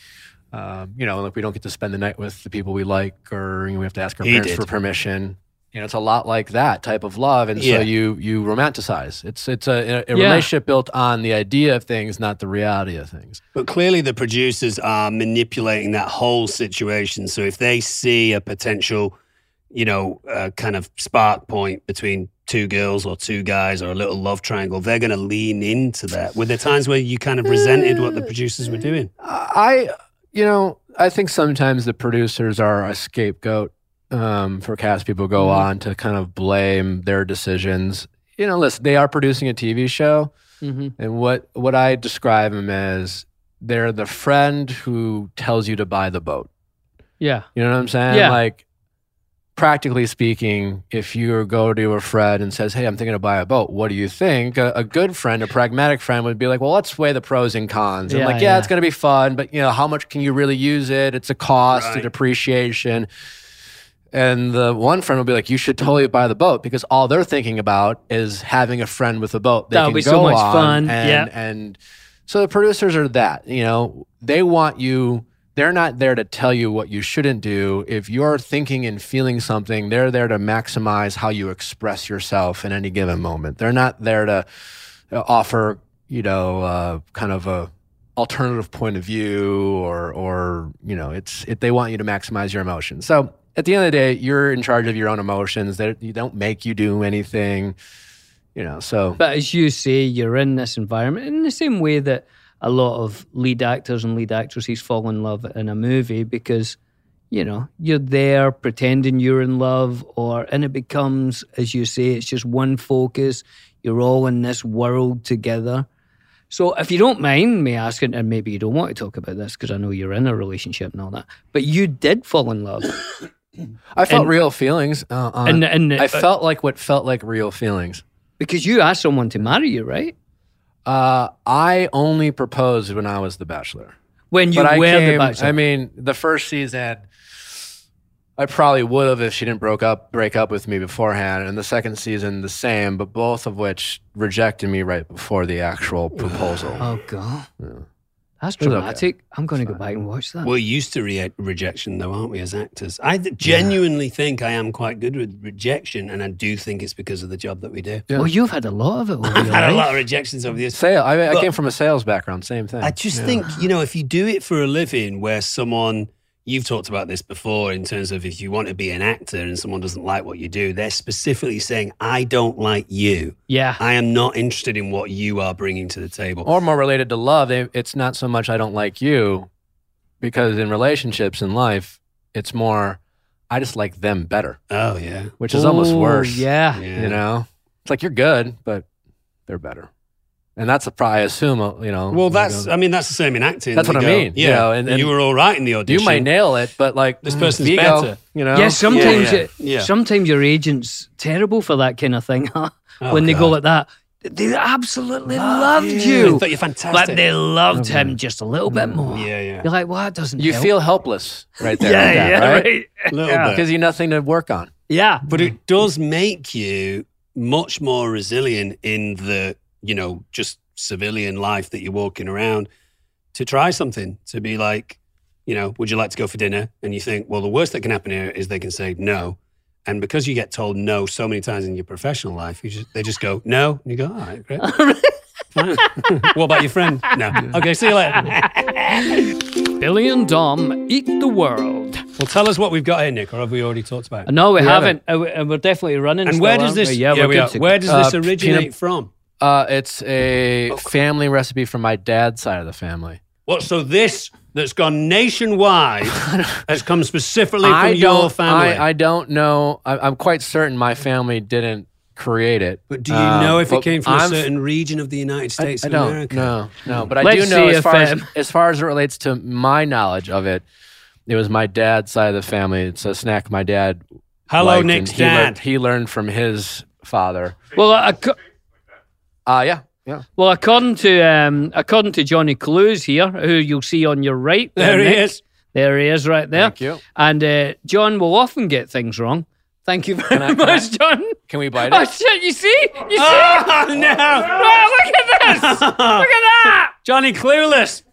um, you know like we don't get to spend the night with the people we like or you know, we have to ask our He parents did. for permission you know it's a lot like that type of love and Yeah. so you you romanticize it's it's a, a, a Yeah. relationship built on the idea of things not the reality of things But clearly, the producers are manipulating that whole situation. So if they see a potential, you know, uh, kind of spark point between two girls or two guys or a little love triangle, they're going to lean into that. Were there times where you kind of resented what the producers were doing? I, you know, I think sometimes the producers are a scapegoat um, for cast people go on to kind of blame their decisions. You know, listen, they are producing a TV show, Mhm. and what what I describe them as, they're the friend who tells you to buy the boat. yeah, You know what I'm saying? Yeah. Like, practically speaking, if you go to a friend and says, "Hey, I'm thinking of buy a boat. What do you think?" A, a good friend, a pragmatic friend, would be like, "Well, let's weigh the pros and cons." And Yeah, like, yeah, yeah. it's going to be fun, but you know, how much can you really use it? It's a cost, a Right. depreciation. And the one friend will be like, "You should totally buy the boat because all they're thinking about is having a friend with a boat. They That'll can be go so much on fun. And, Yeah. and so the producers are that. You know, they want you. They're not there to tell you what you shouldn't do. If you're thinking and feeling something, they're there to maximize how you express yourself in any given moment. They're not there to uh, offer, you know, uh, kind of a alternative point of view or or you know it's it, they want you to maximize your emotions so at the end of the day you're in charge of your own emotions they you don't make you do anything you know so But as you say, you're in this environment in the same way that a lot of lead actors and lead actresses fall in love in a movie because, you know, you're there pretending you're in love, or and it becomes, as you say, it's just one focus. You're all in this world together. So, if you don't mind me asking, and maybe you don't want to talk about this because I know you're in a relationship and all that, but you did fall in love, Uh, i felt and- real feelings uh, on, and and i felt like what felt like real feelings because you asked someone to marry you, right? uh, i only proposed when i was the bachelor When you but I were the came, bachelor, I mean, the first season, I probably would have if she didn't broke up break up with me beforehand, and the second season the same, but both of which rejected me right before the actual proposal. Oh god, that's It's okay. dramatic. I'm going to go back and watch that. We're used to re- rejection, though, aren't we, as actors? I th- genuinely think I am quite good with rejection, and I do think it's because of the job that we do. yeah. Well, you've had a lot of it. eh? Over I've your had a life. lot of rejections over the years. Sale. I, I Look- came from a sales background. Same thing. I just think, you know, if you do it for a living where someone, you've talked about this before in terms of if you want to be an actor and someone doesn't like what you do, they're specifically saying, I don't like you. Yeah, I am not interested in what you are bringing to the table. or more related to love. They, it's not so much I don't like you, because in relationships in life, it's more I just like them better, Oh, yeah. which is almost Ooh, worse. Oh, Yeah, yeah. You know, it's like you're good, but they're better. and that's a probably I assume uh, you know. Well, you that's. know, I mean, that's the same in acting. That's They what I go, mean, Yeah, you know, and- and you were all right in the you audition. might nail it, but like This mm, person's Vigo, better. You know, yeah, sometimes yeah, it- yeah. sometimes your agent's terrible for that kind of thing. huh? Oh, when they go God. like that, they absolutely loved you, I thought you're but fantastic. Oh, Mm, they loved him just a little bit more. yeah, yeah. You're like, well, that doesn't. you help. feel helpless right there. yeah, with that, yeah, right? right? Little Yeah. bit. Because you nothing to work on. yeah. But it does make you much more resilient in the, you know, just civilian life that you're walking around to try something, to be like, you know, would you like to go for dinner? And you think, well, the worst that can happen here is they can say no. And because you get told no so many times in your professional life, you just, they just go, no. And you go, all right, great. Fine. what about your friend? No. Okay, see you later. Billy and Dom eat the world. well, tell us what we've got here, Nick, or have we already talked about it? No, we We haven't. haven't. Uh, we- uh, we're definitely running. And still, where does aren't this, we? Yeah, we're good to- where does this Uh, peanut- originate from? Uh, it's a family recipe from my dad's side of the family. What? So this that's gone nationwide has come specifically I from your don't- family. I, I don't know. I, I'm quite certain my family didn't create it. but do you Um, know if it but came from I'm- a certain region of the United I- States I, of don't. America? No, no. But I Let's do know see as if, far as, um, as far as it relates to my knowledge of it, it was my dad's side of the family. It's a snack my dad. Hello, liked, and Nick's he lear- dad. he learned from his father. Well, ac- Uh, yeah, yeah. well, according to um, according to Johnny Clues here, who you'll see on your right, there he Nick. is. There he is, right there. Thank you. And uh, John will often get things wrong. Thank you very I- can much, I- John. Can we bite Oh it? shit! You see? You see? Oh no! Oh, look at this! Look at that! Johnny Clueless.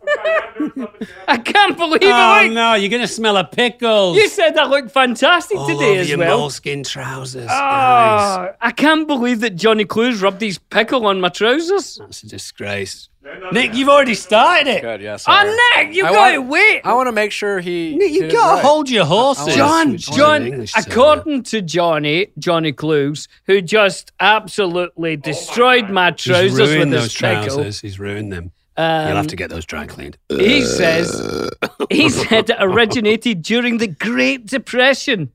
I can't believe Oh it! Look, no! You're gonna smell a pickles. you said I looked fantastic All today over as your well. moleskin trousers. Guys, Oh, I can't believe that Johnny Clues rubbed his pickle on my trousers. that's a disgrace. Nick, you've already started it. Good. Yes. Oh, Nick, you I got to want- wait. I want to make sure he. Nick, did you've it got to right. hold your horses. John, Which is an John, English term. according to Johnny, Johnny Clues, who just absolutely destroyed my, Oh He's trousers with ruined his those pickle, trousers. He's ruined them. You'll um, have to get those dry cleaned. he says he said it originated during the Great Depression.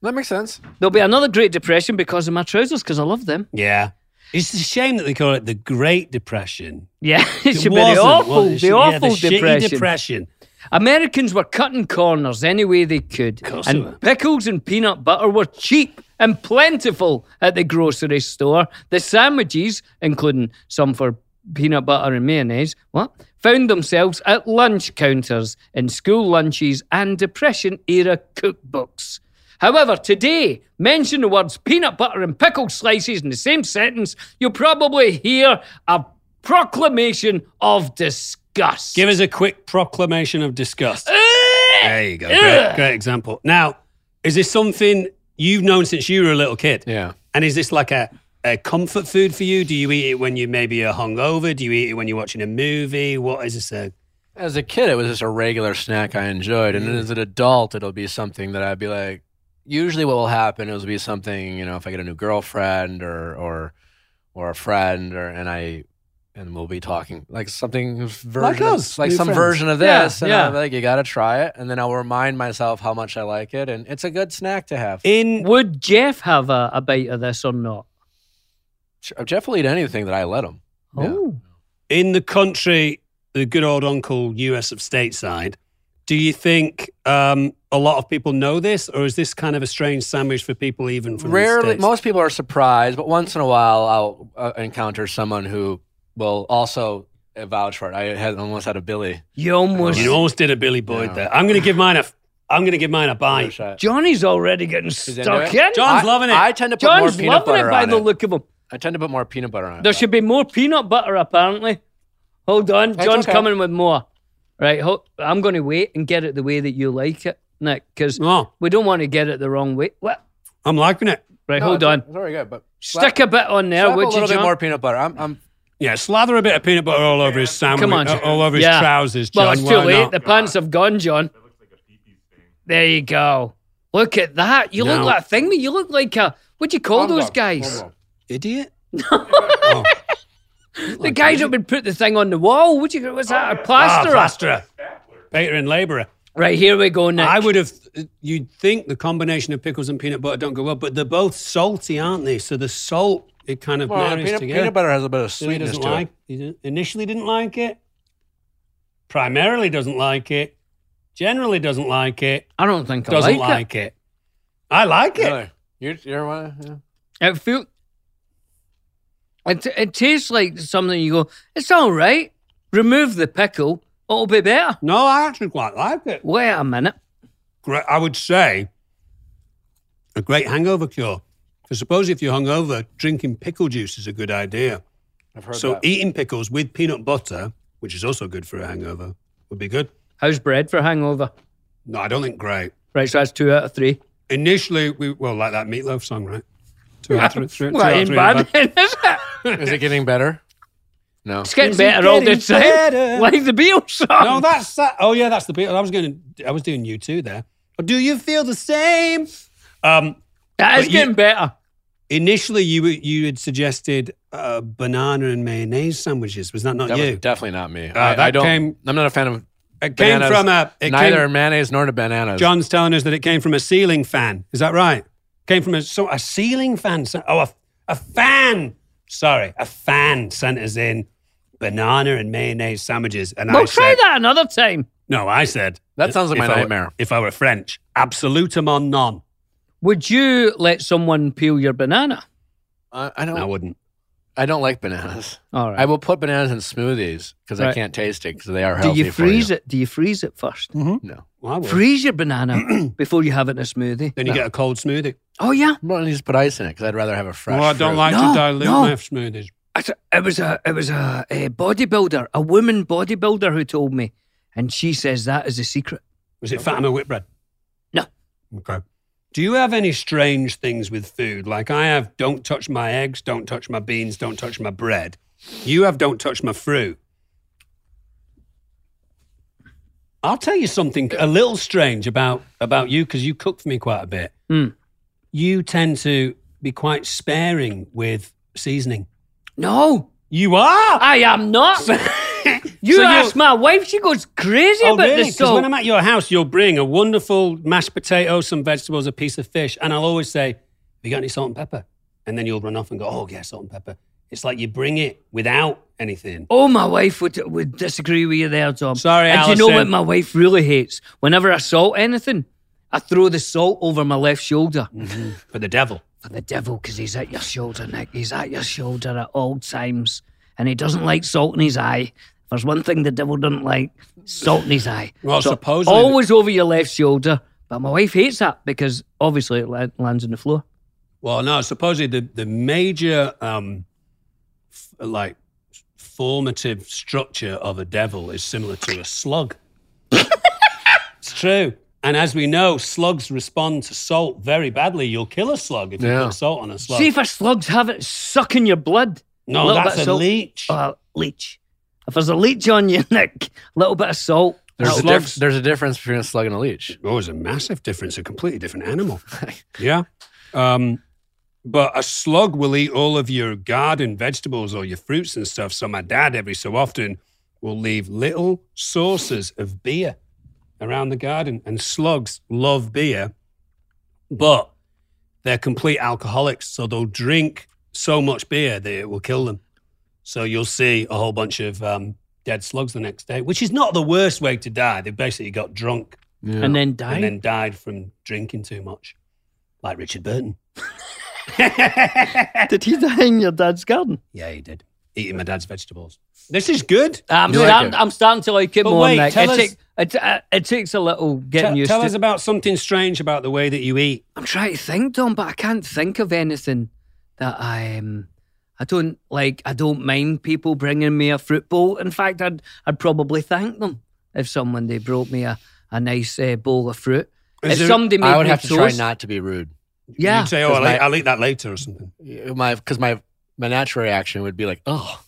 That makes sense. There'll be another Great Depression because of my trousers, because I love them. Yeah. It's a shame that they call it the Great Depression. Yeah, it It should be the wasn't, awful, was it? the Yeah, awful shitty depression. depression. Americans were cutting corners any way they could, course they were. and pickles and peanut butter were cheap and plentiful at the grocery store. The sandwiches, including some for peanut butter and mayonnaise, what found themselves at lunch counters in school lunches and Depression era cookbooks. However, today, mention the words peanut butter and pickle slices in the same sentence, you'll probably hear a proclamation of disgust. Eh! Give us a quick proclamation of disgust. There you go. Ugh. Great, great example. Now, is this something you've known since you were a little kid? Yeah. And is this like a, a comfort food for you? Do you eat it when you maybe are hungover? Do you eat it when you're watching a movie? What is this? A, As a kid, it was just a regular snack I enjoyed, and as an adult, it'll be something that I'd be like. Usually, what will happen is be something you know if I get a new girlfriend or or or a friend or and I and we'll be talking like something version Like of- us, like new some friends. version of Yeah, this, and yeah. I'm like you got to try it, and then I'll remind myself how much I like it, and it's a good snack to have. in Would Jeff have a, a bite of this or not? Sure, Jeff will eat anything that I let him. Yeah. Oh. in the country, the good old uncle US of stateside, do you think um, a lot of people know this, or is this kind of a strange sandwich for people even from the Rarely, States? most people are surprised, but once in a while, I'll uh, encounter someone who will also vouch for it. I had almost had a Billy. You almost. You almost did a Billy Boyd Yeah. there. I'm going to give mine a. I'm going to give mine a I, bite. John's John's already getting into stuck it? in. Ah, John- John's loving it. I tend to put John's more peanut loving butter it by on the it. look of him. I tend to put more peanut butter on it. There should be more peanut butter, apparently. Hold on. That's John's okay. coming with more. Right. Hold, I'm going to wait and get it the way that you like it, Nick, because Oh, we don't want to get it the wrong way. What? I'm liking it. Right. No, hold it's- on. It's already good, but Stick a bit on there, slap a would little you, bit John? more peanut butter. I'm, I'm Yeah, slather a bit of peanut butter all over his sandwich, Come on, uh, John. all over his Yeah. trousers. John. Well, it's too Why late. not? The pants have gone, John. There you go. Look at that. You look No. like a thing. You look like a. What do you call those guys? Idiot. oh. The guys that would put the thing on the wall. What do you? What's that? A Ah, plasterer. plasterer. Painter and labourer. Right, here we go next. I would have. You'd think the combination of pickles and peanut butter don't go well, but they're both salty, aren't they? So the salt it kind of Well, marries peanut, together. peanut butter has a bit of So he sweetness doesn't to like. it. He didn't- initially didn't like it. Primarily doesn't like it. Generally doesn't like it. I don't think I Doesn't like, like, it. I like it. Really? You, you're one. Yeah. it. It feel it, it tastes like something you go, it's all right. Remove the pickle, it'll be better. No, I actually quite like it. Wait a minute. great, I would say a great hangover cure. Because suppose if you're hungover, drinking pickle juice is a good idea. I've heard so that. eating pickles with peanut butter, which is also good for a hangover, would be good. How's bread for hangover? No, I don't think great. Right, so that's two out of three. Initially, we well like that meatloaf song, right? Two out of three. two Well, out that of ain't three bad, ain't bad. then, is it? Is it getting better? No. It's getting Is it better all the getting time. better? Like the Beatles song. No, that's that. Oh yeah, that's the Beatles. I was going. to I was doing you two there. Do you feel the same? Um, that is but you- getting better. initially, you were- you had suggested uh, banana and mayonnaise sandwiches. Was that not That you? was definitely not me. Uh, I, I that don't. came- I'm not a fan of. It came bananas. from a. It neither Came, mayonnaise nor to bananas. John's telling us that it came from a ceiling fan. Is that right? Came from a so a ceiling fan. sent- Oh, a, a fan. Sorry, a fan sent us in banana and mayonnaise sandwiches, and I We'll try said, that another time. "No, I said That sounds like if my I were- nightmare. if I were French, absolutum non. Would you let someone peel your banana? I, I don't. I wouldn't. I don't like bananas. All right. I will put bananas in smoothies because I Right. can't taste it because they are Do healthy. you freeze it? Do you freeze it first? No. Well, I would. Freeze your banana before you have it in a smoothie. Then you get a cold smoothie. Oh yeah, Well, you just put ice in it because I'd rather have a fresh. Well, I don't fruit. like No, to dilute no. my smoothies. I s- it was a it was a, a bodybuilder, a woman bodybuilder who told me, and she says that is the secret. Was it Fatima Whitbread? No. Okay. Do you have any strange things with food? Like I have don't touch my eggs, don't touch my beans, don't touch my bread. You have don't touch my fruit. I'll tell you something a little strange about about you because you cook for me quite a bit. Hmm. You tend to be quite sparing with seasoning. No, You are. I am not. You So you- ask my wife, she goes crazy Oh, about really? this Because salt. when I'm at your house, you'll bring a wonderful mashed potato, some vegetables, a piece of fish, and I'll always say, "Have you got any salt and pepper?" And then you'll run off and go, "Oh, yeah, salt and pepper." It's like you bring it without anything. Oh, my wife would would disagree with you there, Tom. Sorry, and you know Alison. what my wife really hates? Whenever I salt anything, I throw the salt over my left shoulder. Mm. For the devil. for the devil because he's at your shoulder, Nick. He's at your shoulder at all times. And he doesn't like salt in his eye. If there's one thing the devil doesn't like, salt in his eye. Well, supposedly- Always over your left shoulder. But my wife hates that because obviously it la- lands on the floor. Well, no, supposedly the the major um, f- like formative structure of a devil is similar to a slug. it's true. And as we know, slugs respond to salt very badly. You'll kill a slug if you Yeah. put salt on a slug. See if a slug's having it sucking your blood. no, little that's bit of a salt. leech. Oh, leech. If there's a leech on you, Nick, a little bit of salt. There's a, that'll- diff- there's a difference between a slug and a leech. Oh, it's a massive difference, a completely different animal. yeah. Um, but a slug will eat all of your garden vegetables or your fruits and stuff. So my dad, every so often, will leave little saucers of beer around the garden. And slugs love beer, but they're complete alcoholics. So they'll drink so much beer that it will kill them. So you'll see a whole bunch of um, dead slugs the next day, which is not the worst way to die. They basically got drunk Yeah. And then die. and then died from drinking too much, like Richard Burton. Did he die in your dad's garden? Yeah, he did. Eating my dad's vegetables. This is good. I'm, You like starting, it? I'm starting to like it But more, wait, Nick. tell it, us- take- it, uh, it takes a little getting Tell, used tell to. us about something strange about the way that you eat. I'm trying to think, Tom, but I can't think of anything that I um, I don't like. I don't mind people bringing me a fruit bowl. In fact, I'd I'd probably thank them if someone they brought me a, a nice uh, bowl of fruit. Is if there- somebody made I would me have to try toast, not to be rude. Yeah, You'd say, oh, I'll, 'Cause my- eat, I'll eat that later or something. My because my my natural reaction would be like, oh,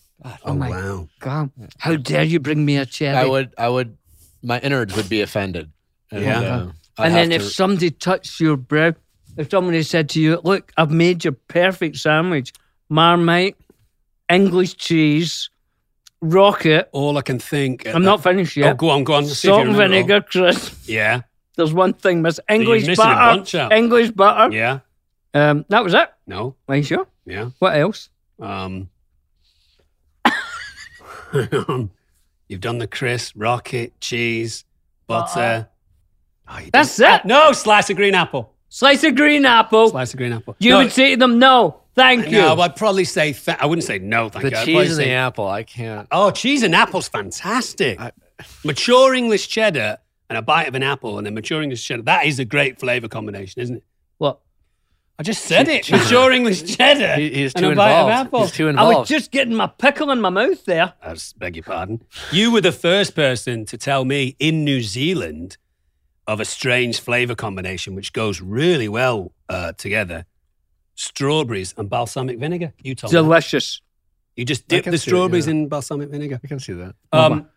Oh, my wow. God, how dare you bring me a cherry? I would I would my innards would be offended. And, Yeah. uh, I'd and then have if to- somebody touched your bread, if somebody said to you, "Look, I've made your perfect sandwich, Marmite, English cheese, Rocket. All I can think. at I'm that- not finished Oh, yet. go on, go on. See if Salt you and remember all. vinegar crisp. Yeah, There's one thing miss English missing a butter. bunch out. English butter. yeah. Um, that was it. No, Are you sure? yeah. What else? Um, you've done the crisp, rocket, cheese, butter. Oh, you That's didn't- it. Ah, No, slice of green apple. Slice of green apple. Slice of green apple. You no, would say to them, no, thank you. No, I'd probably say th- I wouldn't say no. Thank The you. I'd probably cheese and say, the apple. I can't. Oh, cheese and apple's fantastic. I- mature English cheddar and a bite of an apple and a mature English cheddar. That is a great flavor combination, isn't it? what? I just said it. cheddar. Mature English cheddar. He- he's and too a bite of involved. apple. He's too I involved. was just getting my pickle in my mouth there. I s- beg your pardon. You were the first person to tell me in New Zealand of a strange flavor combination which goes really well uh, together. Strawberries and balsamic vinegar. You told me. Delicious. You just I dip can the see it, strawberries yeah. in balsamic vinegar. I can see that. Um,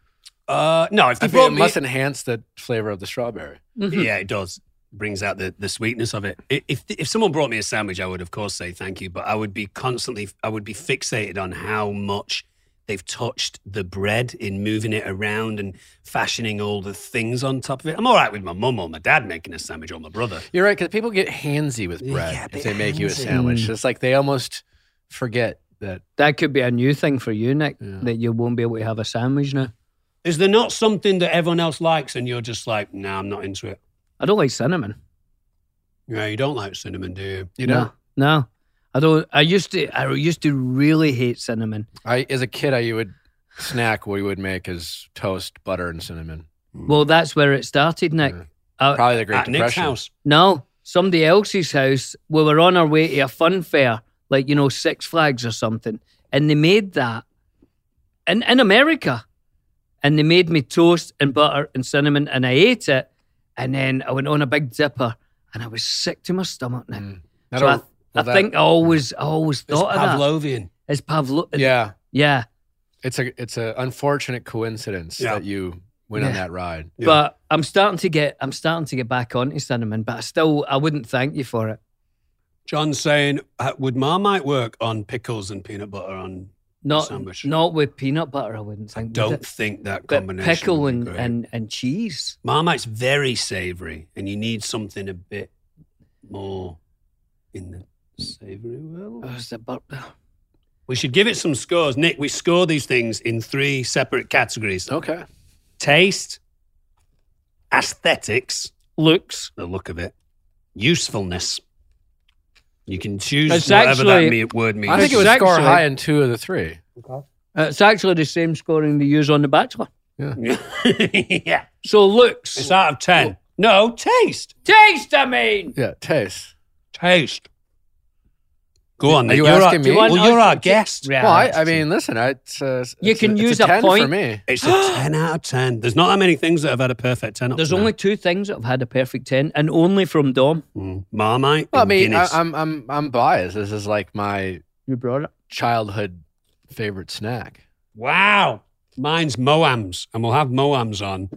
uh, no, if I they think it brought me, must enhance the flavor of the strawberry. Mhm. yeah, it does. Brings out the, the sweetness of it. I- If if someone brought me a sandwich, I would of course say thank you, but I would be constantly, I would be fixated on how much they've touched the bread in moving it around and fashioning all the things on top of it. I'm all right with my mum or my dad making a sandwich or my brother. You're right, because people get handsy with bread Yeah, a if bit they make you a handsy. sandwich. It's like they almost forget that. That could be a new thing for you, Nick, Yeah. that you won't be able to have a sandwich now. Is there not something that everyone else likes and you're just like, no, I'm not into it? I don't like cinnamon. Yeah, you don't like cinnamon, do you? You know, No. no. I don't. I used to. I used to really hate cinnamon. I as a kid, I you would snack what you would make is toast, butter, and cinnamon. Well, that's where it started, Nick. Yeah. Uh, Probably the Great At Nick's Depression. house. No, somebody else's house. We were on our way to a fun fair, like you know Six Flags or something, and they made that in in America, and they made me toast and butter and cinnamon, and I ate it, and then I went on a big dipper, and I was sick to my stomach. Nick. Mm. So I don't- I well, that- think I always I always It's thought of that. Pavlovian. It's Pavlo. yeah, yeah, it's a it's an unfortunate coincidence Yeah. that you went on Yeah. that ride. Yeah. But I'm starting to get I'm starting to get back onto cinnamon, but I still I wouldn't thank you for it. John's saying, uh, would Marmite work on pickles and peanut butter on Not Sandwich. not with peanut butter. I wouldn't think. would it? Don't think that But combination. pickle would be and, great. and, and cheese. Marmite's very savoury, and you need something a bit more in the savoury world. Oh, it's a bur- We should give it some scores, Nick. We score these things in three separate categories: Okay, taste, aesthetics, Looks. the look of it, usefulness. You can choose It's whatever that actually- me- word means. I think it was It's score actually- high in two of the three. Uh, it's actually the same scoring they use on The Bachelor. yeah, So looks. it's out of ten. No taste. taste, I mean. Yeah, taste. Taste. Go on. Are Nick. you You're our- asking me? you want- Well, you're our guest. Yeah. well, I, I mean, listen, I, it's, uh, You it's can a, it's use a, a 10 for point. me. It's a 10 out of 10. There's not that many things that have had a perfect 10 up There's to only two things that have had a perfect 10, and only from Dom. now. Mm. Marmite. Well, I and mean, I, Guinness. I'm I'm I'm biased. This is like my You brought it. childhood favorite snack. wow. Mine's Moams, and we'll have Moams on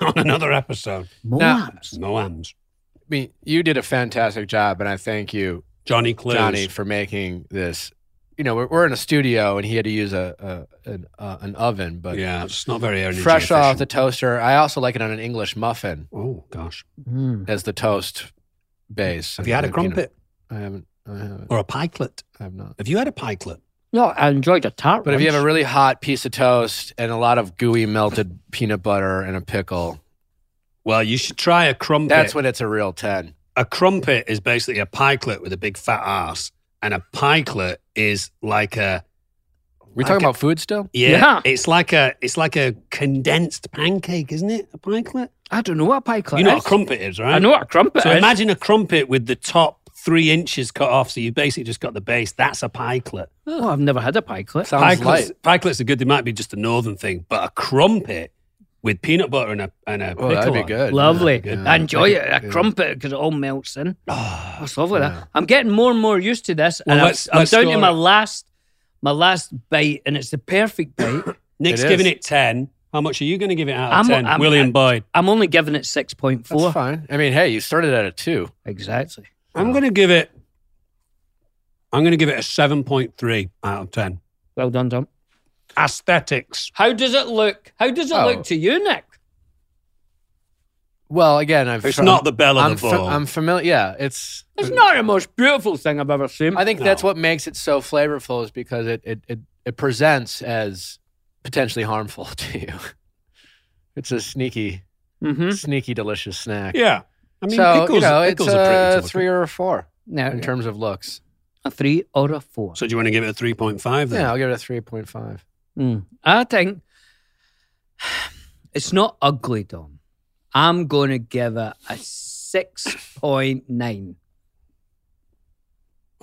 on another episode. Moabs. Moams. I mean, you did a fantastic job, and I thank you, Johnny Clues. Johnny, for making this. You know, we're, we're in a studio, and he had to use a, a an, uh, an oven, but Yeah, it's not very energy fresh off the efficient. toaster. I also like it on an English muffin Oh, gosh. Mm. as the toast base. Have you had a And, know, crumpet I haven't. I haven't. or a pikelet? I have not. Have you had a pikelet? No, I enjoyed a tart. But if you have once. a really hot piece of toast and a lot of gooey melted peanut butter and a pickle, Well, you should try a crumpet. that's when it's a real ten. a crumpet is basically a pikelet with a big fat ass, and a pikelet is like a We I talking get- about food still? yeah, Yeah. It's like a it's like a condensed pancake, isn't it? A pikelet. I don't know what a pie clan you know what is. a crumpet is, right? I know what a crumpet So is. imagine a crumpet with the top three inches cut off, so you basically just got the base. That's a pikelet. Oh, I've never had a pie clan. Sounds Pikelets, light. pikelets are good. They might be just a northern thing, but a crumpet with peanut butter and a and a Oh, pickle. that'd be on. good. Lovely. Yeah. I enjoy it. A Yeah. crumpet because it all melts in. Ah, Oh, it's lovely. Yeah. That. I'm getting more and more used to this, Well, and I'm- let's- I'm, let's down score to my it. last, my last bite, and it's the perfect bite. Nick's It is. giving it ten. How much are you going to give it out of I'm- 10 I'm- William Boyd. I'm only giving it six point That's four. fine. I mean, hey, you started at a two. Exactly. I'm going to give it. I'm going to give it a seven point three out of ten. Well done, Dom. aesthetics. How does it look? How does it Oh. look to you, Nick? Well, again, I've It's not the bell of I'm, the ball. I'm familiar. Yeah, it's. It's not the most beautiful thing I've ever seen. uh, I think that's No. what makes it so flavorful is because it it it, it presents as potentially harmful to you. It's a sneaky, mm-hmm. sneaky, delicious snack. Hmm. yeah. I mean, so pickles, you know, it's pickles are pretty a intelligent. three or a four No, in terms of looks. a three or a four. So do you want to give it a 3.5 then? Yeah, I'll give it a three point five. Mm. I think it's not ugly, Dom. I'm going to give it a 6.9.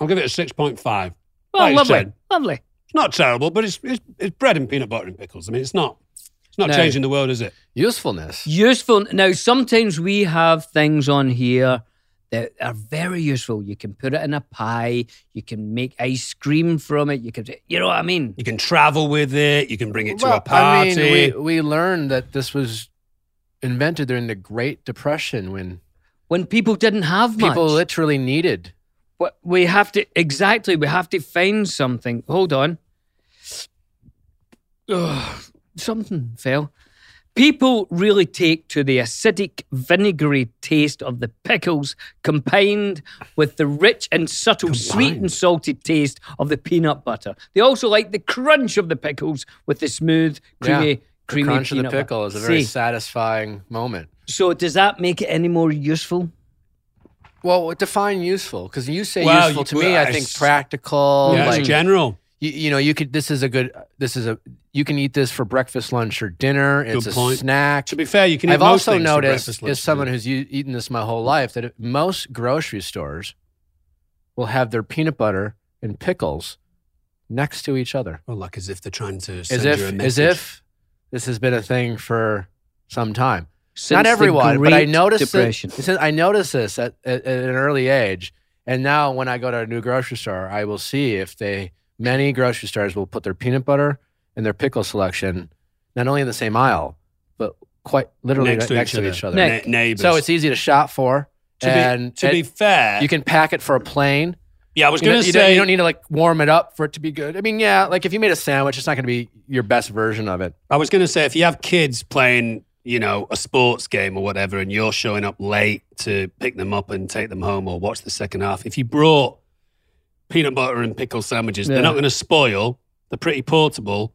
I'll give it a 6.5. Well, Like you lovely. said. Lovely. It's not terrible, but it's, it's it's bread and peanut butter and pickles. I mean, it's not it's not No. changing the world, is it? Usefulness. Useful. Now, sometimes we have things on here that are very useful. You can put it in a pie. You can make ice cream from it. You can, you know what I mean? You can travel with it. You can bring it to Well, a party. I mean, we, we learned that this was invented during the Great Depression when When people didn't have much, people literally needed. What- we have to exactly. We have to find something. Hold on. Ugh, something fell. People really take to the acidic, vinegary taste of the pickles, combined with the rich and subtle sweet and salty taste of the peanut butter. They also like the crunch of the pickles with the smooth, creamy, Yeah, The creamy crunch of the peanut butter. pickle is a very See, satisfying moment. so does that make it any more useful? Well, define useful because you say Well, useful you- to me. well, I I think s- practical. yeah, it's like general. you, you know, you could. This is a good. This is a. You can eat this for breakfast, lunch, or dinner. It's Good a point. snack. To be fair, you can. eat I've most also things for noticed, breakfast, as lunch, someone dinner. who's u- eaten this my whole life, that it- most grocery stores will have their peanut butter and pickles next to each other, well, like as if they're trying to send as you a if as message. if this has been a thing for some time. Since Not the everyone, but I Great noticed it- depression. since I noticed this at, at, at an early age, and now when I go to a new grocery store, I will see if they many grocery stores will put their peanut butter and their pickle selection not only in the same aisle, but quite literally next to each next, to other, each other. Next Ne- neighbors. So it's easy to shop for, to be, and to it- be fair. you can pack it for a plane. yeah, I was You, going don't- to you don't, say you don't need to like warm it up for it to be good. I mean, yeah, like if you made a sandwich, it's not going to be your best version of it. I was going to say, if you have kids playing, you know, a sports game or whatever, and you're showing up late to pick them up and take them home or watch the second half, if you brought peanut butter and pickle sandwiches, Yeah. they're not going to spoil. They're pretty portable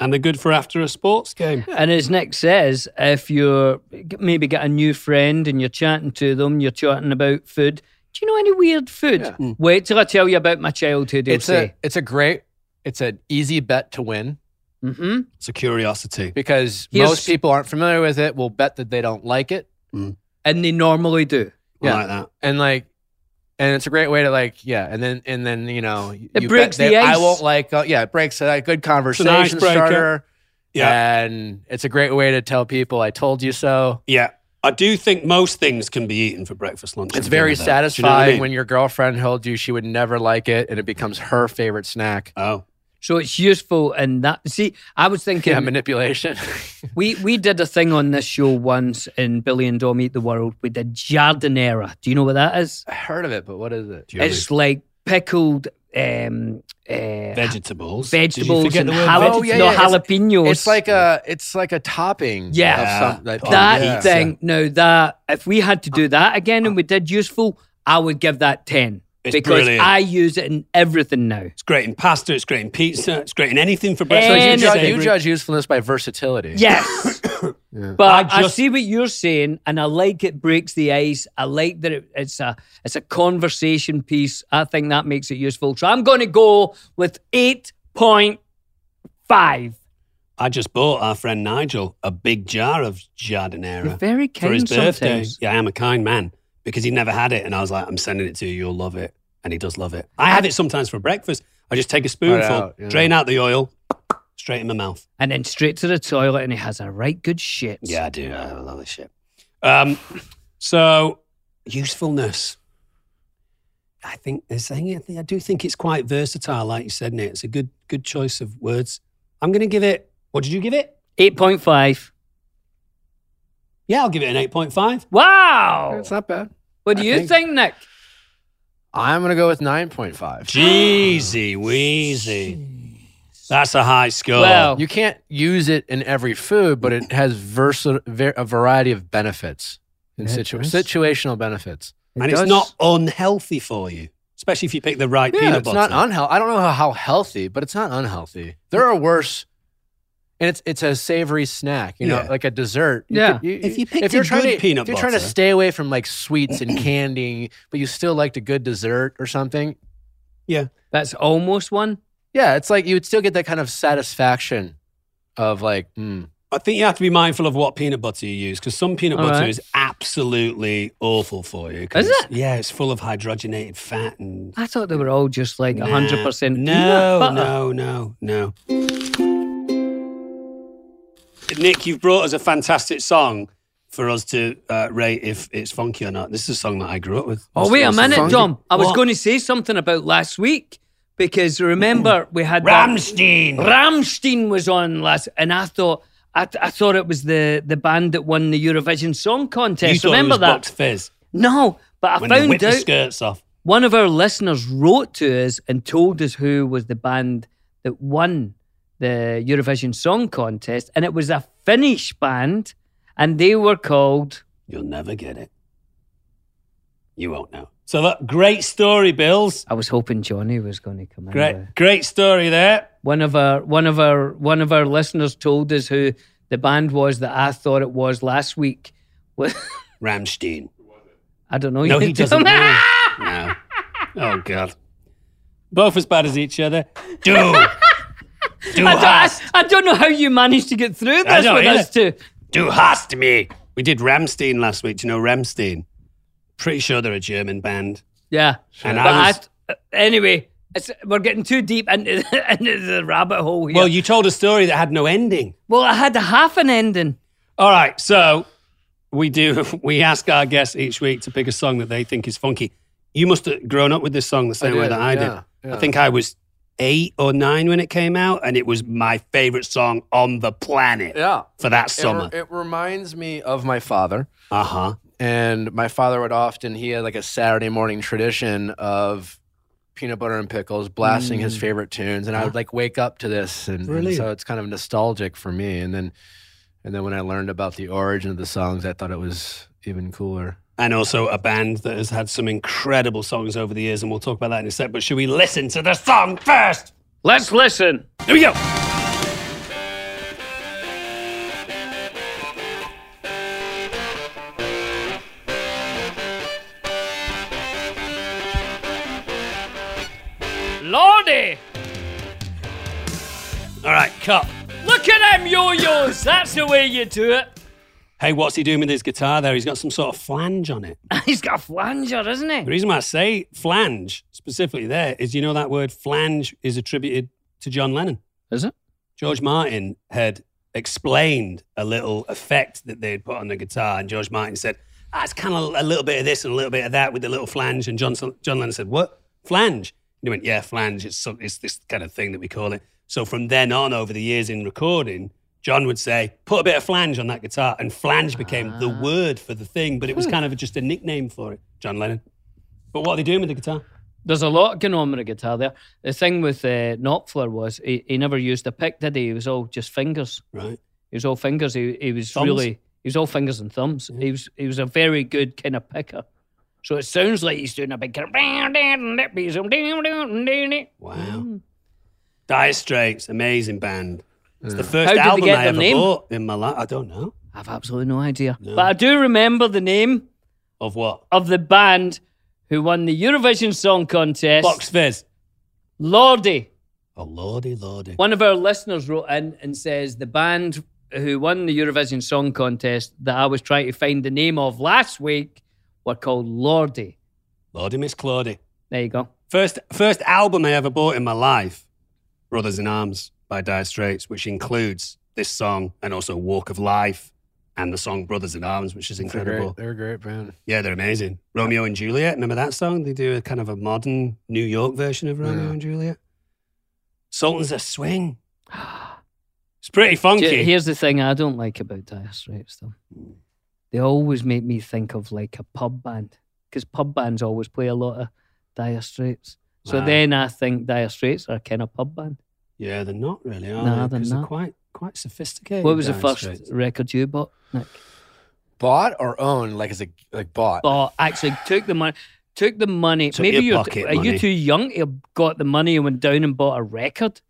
and they're good for after a sports game. And as Nick says, if you're maybe get a new friend and you're chatting to them, you're chatting about food. Do you know any weird food? Yeah. Mm. Wait till I tell you about my childhood. You'll It's see. a it's a great it's an easy bet to win hmm It's a curiosity. because Here's- most people aren't familiar with it. Will bet that they don't like it, And they normally do. I Yeah. like that. and like, and it's a great way to like yeah, and then and then you know it breaks the I ice. won't like uh, yeah, it breaks a good conversation icebreaker. starter. Yeah. and it's a great way to tell people I told you so. Yeah. I do think most things can be eaten for breakfast, lunch. and It's very dinner, though. Do you know what I satisfying mean? when your girlfriend told you she would never like it, and it becomes her favorite snack. Oh, So it's useful in that. See, I was thinking Yeah, manipulation. we we did a thing on this show once in Billy and Dom Eat the World. We did jardinera. Do you know what that is? I heard of it, but what is it? do you know what I It's like pickled um, mean? uh, vegetables. Did you vegetables forget and the word jala- Oh, yeah, no, yeah, it's- jalapenos. It's like a it's like a topping. Yeah. of some, like, Oh, that yeah. Uh, thing, no, that if we had to do that again and we did useful, I would give that ten It's because brilliant. I use it in everything now. It's great in pasta. It's great in pizza. It's great in anything for breakfast. And- You lunch, judge, and you savory. judge usefulness by versatility. Yes, Yeah. but I I, just- see what you're saying, and I like it breaks the ice. I like that it, it's a it's a conversation piece. I think that makes it useful. So I'm going to go with eight point five. I just bought our friend Nigel a big jar of You're jardinera very for kind his birthday. sometimes. Yeah, I am a kind man because he never had it, and I was like, "I'm sending it to you. You'll love it," and he does love it. I have it sometimes for breakfast. I just take a spoonful, out, yeah. drain out the oil, straight in my mouth. And then straight to the toilet, and he has a right good shit. Yeah, I do. I love this shit. Um, so usefulness. I think this thing. I think I do think it's quite versatile, like you said, Nate. It's a good good choice of words. I'm going to give it. What did you give it? eight point five. Yeah, I'll give it an eight point five. Wow. It's not bad. What do I you think- think, Nick? I'm gonna go with nine point five. Jeezy Wheezy. That's a high score. Well- You can't use it in every food, but it has versa- ver- a variety of benefits and Yeah, it situ- does. situational benefits. and It it's does- not unhealthy for you, especially if you pick the right Yeah, peanut it's butter. not unhealthy. I don't know how, how healthy, but it's not unhealthy. There are worse, and it's it's a savory snack. You know, Yeah. like a dessert. You Yeah. could- you- If you picked a trying good to, peanut if you're trying to butter. stay away from like sweets and candy, but you still liked a good dessert or something. That's almost one. Yeah, it's like you would still get that kind of satisfaction of like, mm, I think you have to be mindful of what peanut butter you use because some peanut All butter right. is absolutely awful for you. 'cause Is it's- Yeah, it's full of hydrogenated fat and. I thought they were all just like Nah. 100% peanut No, butter. no, no, no. Nick, you've brought us a fantastic song for us to uh, rate if it's funky or not. This is a song that I grew up with. Oh, wait a minute, funky. Dom. I was What? going to say something about last week because remember we had that- Ramstein. Ramstein was on last, and I thought I, I thought it was the the band that won the Eurovision Song You Contest. thought Remember it was that? Box Fizz No, but I when they whipped found the out skirts off. one of our listeners wrote to us and told us who was the band that won the Eurovision Song Contest, and it was a Finnish band, and they were called. You'll never get it. You won't know. So that great story, Bills. I was hoping Johnny was going to come in. Great, with- great story there. One of our one of our one of our listeners told us who the band was that I thought it was last week. Ramstein. I don't know. No, You he tell doesn't me. know. No. Oh God. Both as bad as each other. Do. Do I don't, I, hast. I don't know how you managed to get through I this don't with either. us two. Do hast me. We did Ramstein last week. Do you know Ramstein? Pretty sure they're a German band. Yeah. And but I I was- th- anyway, it's, we're getting too deep into, into the rabbit hole here. Well, Well, you told a story that had no ending. I had a half an ending. All right, so we do. We ask our guests each week to pick a song that they think is funky. You must have grown up with this song the same way that I did. I think I was eight or nine when it came out, and it was my favorite song on the planet yeah. for that It, re- summer. it reminds me of my father. Uh huh. And my father would often, he had like a Saturday morning tradition of peanut butter and pickles blasting his favorite tunes. And I would like wake up to this. And, and Brilliant. so it's kind of nostalgic for me. And then, and then when I learned about the origin of the songs, I thought it was even cooler. And also a band that has had some incredible songs over the years, and we'll talk about that in a sec. But should we listen to the song first? Let's listen. Here we go. Lordy, All right, cut. look at them yo-yos. That's the way you do it. Hey, what's he doing with his guitar there? He's got some sort of flange on it. He's got a flanger, isn't The he? reason why I say flange specifically there is you know that word flange is attributed to John Lennon. Is it? George Martin had explained a little effect that they'd put on the guitar, and George Martin said, ah, it's kind of a little bit of this and a little bit of that with the little flange. And John, John Lennon said, what? Flange? And he went, yeah, flange. It's, some, it's this kind of thing that we call it. So from then on, over the years in recording, John would say, put a bit of flange on that guitar. And flange became the Ah. word for the thing, but it Hmm. was kind of just a nickname for it, John Lennon. But what are they doing with the guitar? There's a lot going on with the guitar there. The thing with uh, Knopfler was he, he never used a pick, did he? He was all just fingers. Right. He was all fingers. He, he was Thumbs? really he was all fingers and thumbs. He was he was a very good kind of picker. So it sounds like he's doing a big kind of. Wow. Mm. Dire Straits, amazing band. It's the How first did they album get I their ever name? bought in my life. I don't know. I've absolutely no idea, No. but I do remember the name Of what? of the band who won the Eurovision Song Contest. Box Fizz. Lordy. Oh, lordy, lordy. One of our listeners wrote in and says the band who won the Eurovision Song Contest that I was trying to find the name of last week were called Lordy. Lordy, Miss Claudy. There you go. First, first album I ever bought in my life, Brothers in Arms by Dire Straits, which includes this song and also Walk of Life and the song Brothers in Arms, which is They're incredible. great, they're a great band. Yeah, they're amazing. Romeo and Juliet. Remember that song? They do a kind of a modern New York version of Romeo Yeah. and Juliet. Sultans of Swing. It's pretty funky. Ju- Here's the thing I don't like about Dire Straits, though. They always make me think of like a pub band because pub bands always play a lot of Dire Straits. So Wow. then I think Dire Straits are a kind of pub band. Yeah, they're not really, are No, they? they're 'Cause not. quite quite sophisticated. What was the Dire first Straits. record you bought, Nick? Bought or owned? Like as a like bought. Oh, actually, took the money. Took the money. Took Maybe your you're pocket are you money. too young to have got the money and went down and bought a record?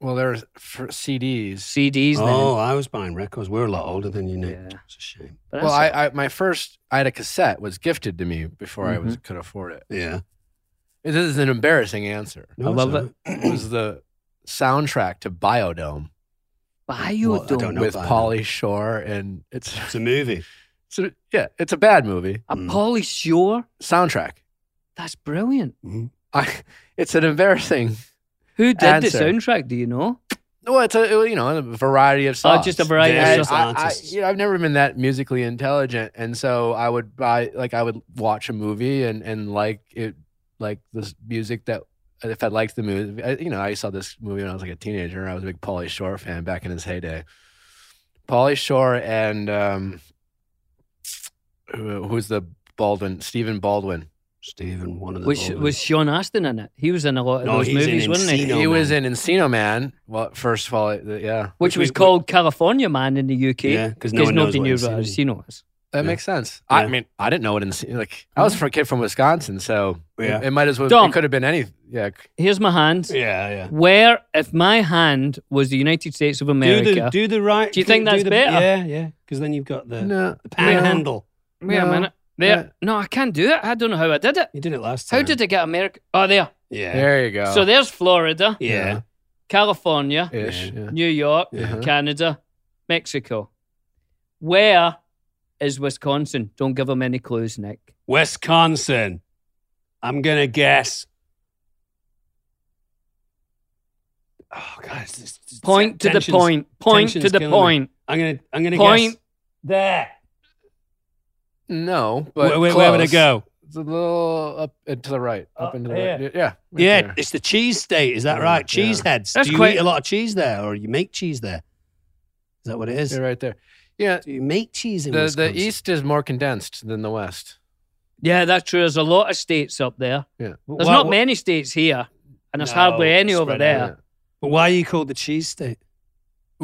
Well, there's for CDs. CDs Oh, I was buying records. We're a lot older than you, then. Nick. Yeah. It's a shame. But Well, that's- I, I my first I had a cassette was gifted to me before I was could afford it. Yeah, This is an embarrassing answer. No, I it's love all it. right. It was the soundtrack to Biodome Oh, Biodome. well, I don't know. with Biodome. Polly Shore, and it's, It's a movie. it's a, yeah, it's a bad movie A Mm. Polly Shore. soundtrack. That's brilliant. I, it's an embarrassing. Who did Answer. the soundtrack? Do you know? Well, it's a it- you know a variety of Oh, songs. just a variety Yeah, And of it's- songs. I, I, artists. you know, I've never been that musically intelligent, and so I would buy like I would watch a movie and and like it like this music that if I liked the movie, I, you know, I saw this movie when I was like a teenager. I was a big Pauly Shore fan back in his heyday. Pauly Shore and um, who, who's the Baldwin? Stephen Baldwin. Stephen, one of the. Which old was ones. Sean Astin in it? He was in a lot of No, those he's in movies, wasn't he? Encino. he Man. was in Encino Man. Well, first of all, it- yeah, Which Which was we- called California Man in the UK. yeah, because no one knows nobody what knew it's what in. Encino is. That Yeah. makes sense. I Yeah. Mm-hmm. mean, I didn't know what Encino. Like, I was for a kid from Wisconsin, so it- Yeah. it, might as well. Dom. It could have been any. Yeah, c- Here's my hand. Yeah, yeah. Where, if my hand was the United States of Do America, the do the right. Do you think that's the, better? Yeah, yeah. Because then you've got the, no, the panhandle. wait a No. minute, there, Yeah. no, I can't do it. I don't know how I did it. You did it last time. How did I get America? Oh, there. no. Yeah. There you go. So there's Florida, Yeah. California, ish. Yeah. Yeah. New York, Yeah. Canada, Mexico. Where is Wisconsin? Don't give them any clues, Nick. Wisconsin. I'm gonna guess. Oh, guys, this, this- Point to the tension's- point. Point to tension's the killing me. point. I'm gonna. I'm gonna Point. guess there. No, but Where, where, where would I close. go? It's a little up and to the right, up Up into here. the right. Yeah, right yeah, there. Oh, it's the cheese state. Is that Yeah, right? yeah. Cheese heads. That's Do you quite- eat a lot of cheese there, or you make cheese there? Is that what it is? Yeah, right there. Yeah, Do you make cheese in the the Wisconsin? east is more condensed than the west. Yeah, that's true. There's a lot of states up there. But There's why- not many states here, and there's hardly No, any over spread there. out. But why are you called the cheese state? Uh,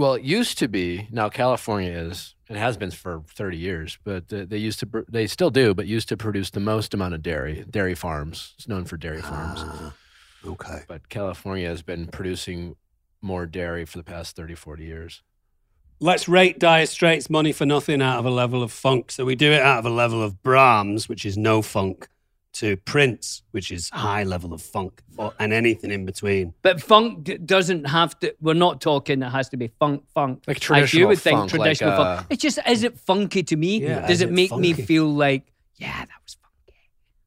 Well, it used to be. Now California is. It has been for 30 years, but uh, they used to. pr- They still do, but used to produce the most amount of dairy. Dairy farms. It's known for dairy farms. Ah, okay. but California has been producing more dairy for the past 30, 40 years. Let's rate Dire Straits Money for Nothing out of a level of funk. So we do it out of a level of Brahms, which is no funk, to Prince, which is high level of funk, or, and anything in between. But funk d- doesn't have to. We're not talking. It has to be funk, funk. Like Like you traditional would think funk, traditional like, funk. It's just is it funky to me? uh, Yeah, Does is it it make me funky? feel like yeah, that was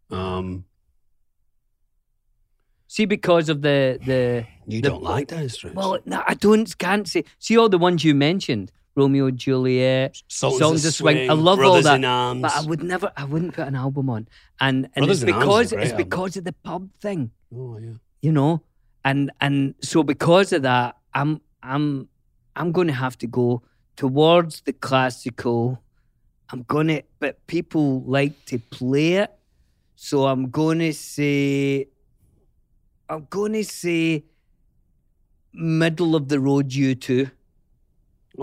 fun? Um, See, because of the the you The- don't like Dire Straits. well, no, I don't can't see. See all the ones you mentioned, Romeo and Juliet, Sultans Songs of of Swing. I love all Brothers that, In arms. but I would never, I wouldn't put an album on, and and Brothers it's in Arms is a because great it's album. because of the pub thing. oh, yeah. you know and and so because of that i'm i'm i'm going to have to go towards the classical i'm going to but people like to play it so i'm going to say i'm going to say middle of the road u2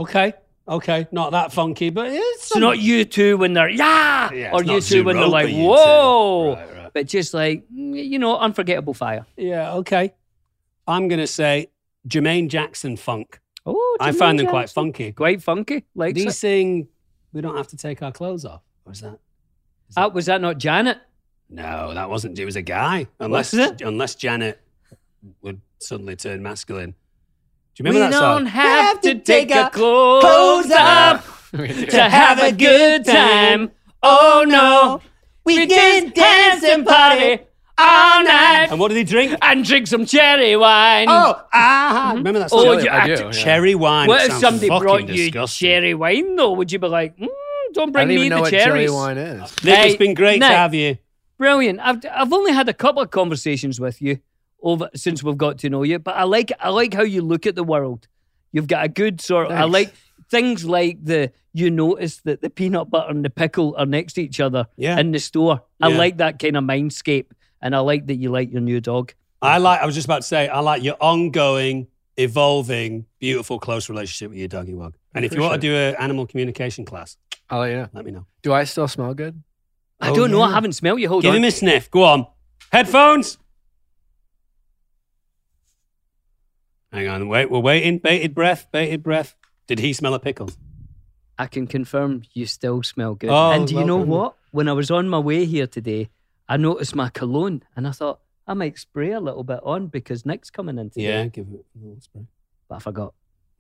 Okay. Okay. Not that funky, but it's. so not u2 when they're yeah, Yeah, or it's not u2 when they're Zooropa like U2. whoa Right, right. but just like mm, you know unforgettable fire Yeah, okay. I'm going to say Jermaine Jackson funk. oh I Jimmy find them quite Jackson. funky. quite funky like Do you sing We Don't Have to Take Our Clothes Off? Or is that? Uh, was that not Janet? No, that wasn't. It was a guy. Unless, Was it? unless Janet would suddenly turn masculine. Do you remember we that don't song? have to take our clothes clothes off. off to have a good time. Oh no, we just dance and party all night And what did he drink? and drink some cherry wine. Oh, ah, remember that song? Oh, Jelly- you I act- do, yeah. Cherry wine. What if sounds somebody fucking brought you disgusting. cherry wine though? Would you be like, mm, don't I bring don't even me know the what cherries? cherry wine is. Nick, it's Hey, been great Nick. to have you. Brilliant. I've I've only had a couple of conversations with you over since we've got to know you, but I like I like how you look at the world. You've got a good sort. I Thanks. like things like the you notice that the peanut butter and the pickle are next to each other Yeah. in the store. I Yeah. like that kind of mindscape, and I like that you like your new dog. I like. I was just about to say. I like your ongoing evolving, beautiful, close relationship with your doggy wog. And if you want to do an animal communication class, I'll let you know. let me know. Oh, Do I still smell good? I Oh, don't know. I yeah. haven't smelled you. Hold Give on. him a sniff. Go on. Headphones. Hang on. Wait. We're waiting. Bated breath. Bated breath. Did he smell a pickle? I can confirm you still smell good. Oh, and do you well know done. what? When I was on my way here today, I noticed my cologne and I thought I might spray a little bit on because Nick's coming in today. Yeah. Give him a little spray. But I forgot.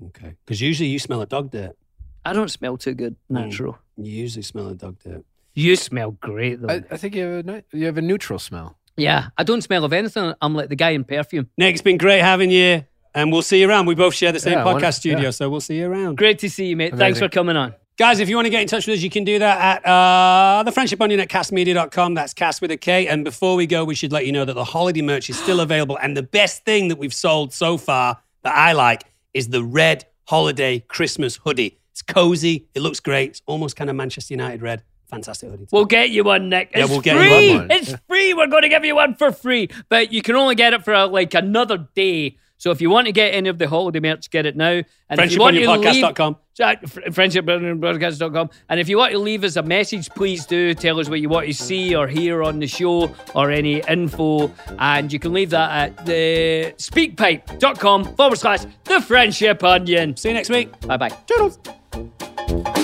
Okay. Because usually you smell a dog dirt. I don't smell too good, natural. You usually smell a dog dirt. You smell great though. I, I think you have a ni- you have a neutral smell. yeah, I don't smell of anything. I'm like the guy in perfume. Nick, it's been great having you, and we'll see you around. We both share the same podcast Yeah, wonderful. studio, Yeah. so we'll see you around. Great to see you, mate. Thanks Amazing. for coming on. Guys, if you want to get in touch with us, you can do that at uh, the Friendship Onion at castmedia.com. That's cast with a K. And before we go, we should let you know that the holiday merch is still available. And the best thing that we've sold so far that I like is the red holiday Christmas hoodie. It's cozy, it looks great, it's almost kind of Manchester United red. Fantastic hoodie. We'll get you one, Nick. Yeah, It's we'll get you free. one. It's free. We're going to give you one for free, but you can only get it for uh, like another day. So if you want to get any of the holiday merch, get it now. And if you want to leave- FriendshipOnionPodcast.com. So, uh, fr- friendshipbroadcast.com. And if you want to leave us a message, please do tell us what you want to see or hear on the show or any info. And you can leave that at the speakpipe.com forward slash the friendship onion. See you next week. Bye bye.